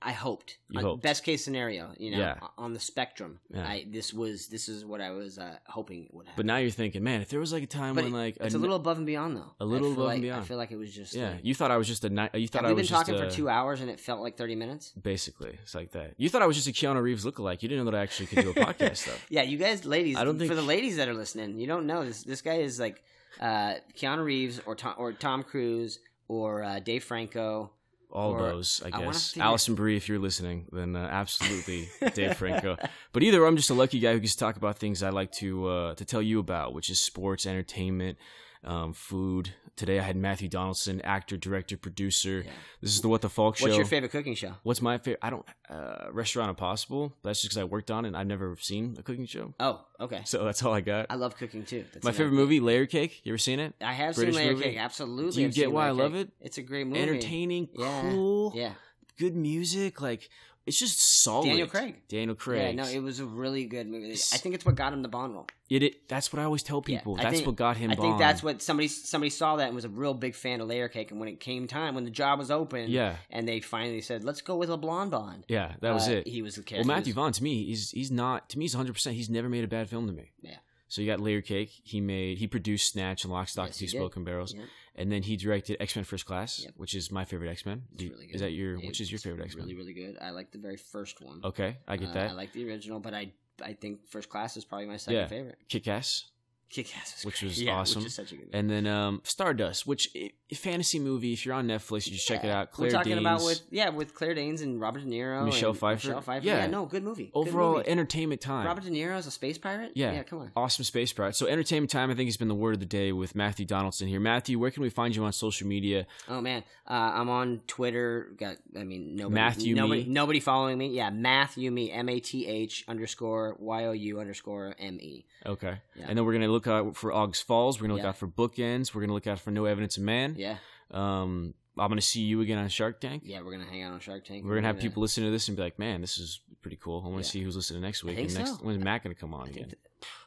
Speaker 2: I hoped.
Speaker 1: You
Speaker 2: Uh,
Speaker 1: hoped.
Speaker 2: Best case scenario, you know,
Speaker 1: Yeah.
Speaker 2: o- on the spectrum.
Speaker 1: Yeah.
Speaker 2: I this was this is what I was uh, hoping would happen.
Speaker 1: But now you're thinking, man, if there was like a time
Speaker 2: But
Speaker 1: when like
Speaker 2: it's a little above and beyond though.
Speaker 1: a little
Speaker 2: I feel
Speaker 1: above and
Speaker 2: like-
Speaker 1: beyond.
Speaker 2: I feel like it was just
Speaker 1: yeah,
Speaker 2: like-
Speaker 1: you thought I was just a ni- you thought
Speaker 2: have
Speaker 1: I
Speaker 2: we
Speaker 1: was
Speaker 2: been talking
Speaker 1: just uh,
Speaker 2: for
Speaker 1: a-
Speaker 2: two hours and it felt like thirty minutes?
Speaker 1: Basically, it's like that. You thought I was just a Keanu Reeves lookalike. You didn't know that I actually
Speaker 2: [LAUGHS]
Speaker 1: could do a podcast though.
Speaker 2: Yeah, you guys, ladies.
Speaker 1: I don't think-
Speaker 2: for the ladies that are listening, you don't know this. This guy is like uh, Keanu Reeves or Tom, or Tom Cruise or uh, Dave Franco.
Speaker 1: All
Speaker 2: Or-
Speaker 1: those, I
Speaker 2: I wanna
Speaker 1: guess.
Speaker 2: figure-
Speaker 1: Allison Brie, if you're listening, then uh,
Speaker 2: [LAUGHS]
Speaker 1: absolutely Dave Franco. But either I'm just a lucky guy who gets to talk about things I like to uh, to tell you about, which is sports, entertainment, um, food, Today I had Matthew Donaldson, actor, director, producer.
Speaker 2: Yeah.
Speaker 1: This is the What the Falk show.
Speaker 2: What's your favorite cooking show?
Speaker 1: What's my favorite? I don't uh, Restaurant Impossible. That's just because I worked on it. and I've never seen a cooking show,
Speaker 2: Oh, okay.
Speaker 1: so that's all I got.
Speaker 2: I love cooking too. That's
Speaker 1: my
Speaker 2: another-
Speaker 1: favorite movie, Layer Cake. You ever seen it?
Speaker 2: I have
Speaker 1: British
Speaker 2: seen Layer
Speaker 1: movie.
Speaker 2: Cake. Absolutely.
Speaker 1: Do you
Speaker 2: I've
Speaker 1: get
Speaker 2: seen
Speaker 1: why I
Speaker 2: Layer
Speaker 1: love
Speaker 2: Cake.
Speaker 1: it?
Speaker 2: It's a great movie.
Speaker 1: Entertaining,
Speaker 2: Yeah.
Speaker 1: cool,
Speaker 2: Yeah.
Speaker 1: good music. Like it's just solid.
Speaker 2: Daniel Craig.
Speaker 1: Daniel Craig.
Speaker 2: Yeah, no, it was a really good movie. I
Speaker 1: S-
Speaker 2: think it's what got him the Bond role.
Speaker 1: It, it- that's what I always tell
Speaker 2: Yeah,
Speaker 1: people.
Speaker 2: I
Speaker 1: that's
Speaker 2: think-
Speaker 1: what got him.
Speaker 2: I think
Speaker 1: Bond.
Speaker 2: that's what somebody somebody saw that and was a real big fan of Layer Cake. And when it came time, when the job was open,
Speaker 1: Yeah,
Speaker 2: and they finally said, "Let's go with a blonde Bond."
Speaker 1: yeah, that was
Speaker 2: uh,
Speaker 1: it.
Speaker 2: He was the character.
Speaker 1: well, Matthew Vaughn to me, he's he's not to me. He's 100. percent He's never made a bad film to me.
Speaker 2: Yeah.
Speaker 1: So you got Layer Cake. He made he produced Snatch and Lock, Stock,
Speaker 2: Yes,
Speaker 1: Two
Speaker 2: he did.
Speaker 1: Smoking Barrels,
Speaker 2: Yeah.
Speaker 1: and then he directed X Men First Class,
Speaker 2: Yep.
Speaker 1: which is my favorite X Men.
Speaker 2: It's really good.
Speaker 1: Is that your
Speaker 2: It-
Speaker 1: which is your
Speaker 2: it's
Speaker 1: favorite X Men?
Speaker 2: Really, really good. I like the very first one.
Speaker 1: okay, I get
Speaker 2: Uh,
Speaker 1: that.
Speaker 2: I like the original, but I I think First Class is probably my second
Speaker 1: Yeah.
Speaker 2: favorite.
Speaker 1: Kick Ass,
Speaker 2: Kick Ass,
Speaker 1: Which was
Speaker 2: [LAUGHS] yeah,
Speaker 1: awesome.
Speaker 2: Which is such a good movie.
Speaker 1: and then um, Stardust, which i fantasy movie. If you're on Netflix, you just check it
Speaker 2: Yeah.
Speaker 1: out. Claire
Speaker 2: We're talking
Speaker 1: Danes.
Speaker 2: about with yeah with Claire Danes and Robert De Niro,
Speaker 1: Michelle
Speaker 2: and
Speaker 1: Pfeiffer.
Speaker 2: Michelle Pfeiffer.
Speaker 1: Yeah.
Speaker 2: Yeah. no, good movie. Good
Speaker 1: overall
Speaker 2: movie.
Speaker 1: entertainment time.
Speaker 2: Robert De Niro is a space pirate.
Speaker 1: Yeah.
Speaker 2: yeah, come on.
Speaker 1: Awesome space pirate. So entertainment time, I think, has been the word of the day with Matthew Donaldson here. Matthew, where can we find you on social media?
Speaker 2: Oh man, uh, I'm on Twitter. Got I mean nobody,
Speaker 1: Matthew
Speaker 2: nobody,
Speaker 1: Me?
Speaker 2: nobody following me. Yeah, Matthew me, M A T H underscore Y O U underscore M E.
Speaker 1: Okay.
Speaker 2: Yeah.
Speaker 1: And then we're gonna look out for Augs Falls. We're gonna look
Speaker 2: Yeah.
Speaker 1: out for Bookends. We're gonna look out for No Evidence of Man.
Speaker 2: Yeah,
Speaker 1: Um, I'm gonna see you again on Shark Tank.
Speaker 2: yeah, we're gonna hang out on Shark Tank.
Speaker 1: We're gonna have people listen to this and be like, "Man, this is pretty cool." I want to
Speaker 2: Yeah.
Speaker 1: see who's listening next week.
Speaker 2: think
Speaker 1: and next,
Speaker 2: so.
Speaker 1: when's Matt gonna come on
Speaker 2: I,
Speaker 1: again?
Speaker 2: think that-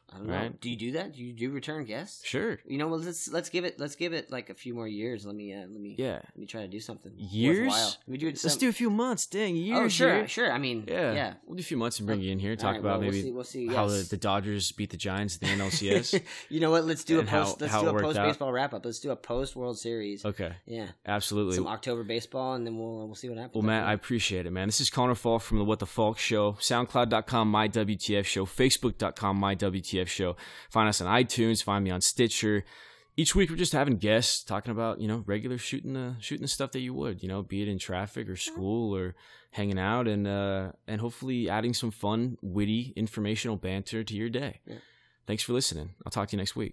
Speaker 2: I don't know.
Speaker 1: Right.
Speaker 2: Do you do that? Do you do return guests?
Speaker 1: sure.
Speaker 2: You know, well, let's let's give it let's give it like a few more years. Let me uh, let me
Speaker 1: Yeah.
Speaker 2: let me try to do something.
Speaker 1: Years?
Speaker 2: Worthwhile. Let me do it.
Speaker 1: Let's
Speaker 2: some-
Speaker 1: do a few months. Dang, years.
Speaker 2: Oh sure,
Speaker 1: dude.
Speaker 2: sure. I mean,
Speaker 1: Yeah.
Speaker 2: yeah. yeah.
Speaker 1: We'll do a few months and bring you in here. Talk
Speaker 2: All right,
Speaker 1: about
Speaker 2: well, we'll
Speaker 1: maybe
Speaker 2: see, we'll see.
Speaker 1: how the,
Speaker 2: yes.
Speaker 1: the
Speaker 2: [LAUGHS]
Speaker 1: Dodgers beat the Giants at the NLCS.
Speaker 2: you know what? Let's do a
Speaker 1: and how-
Speaker 2: post. let's
Speaker 1: how
Speaker 2: do
Speaker 1: it
Speaker 2: a
Speaker 1: worked
Speaker 2: post
Speaker 1: out.
Speaker 2: baseball wrap up. Let's do a post World Series.
Speaker 1: okay.
Speaker 2: Yeah,
Speaker 1: Absolutely.
Speaker 2: some October baseball, and then we'll we'll see what happens.
Speaker 1: Well, Matt, I appreciate it, man. This is Connor Falk from the What the Falk Show, SoundCloud.com, My WTF Show, Facebook.com, My WTF Show. Find us on iTunes. Find me on Stitcher. Each week, we're just having guests talking about you know regular shooting the shooting the stuff that you would you know be it in traffic or school or hanging out and uh, and hopefully adding some fun, witty, informational banter to your day.
Speaker 2: Yeah.
Speaker 1: Thanks for listening. I'll talk to you next week.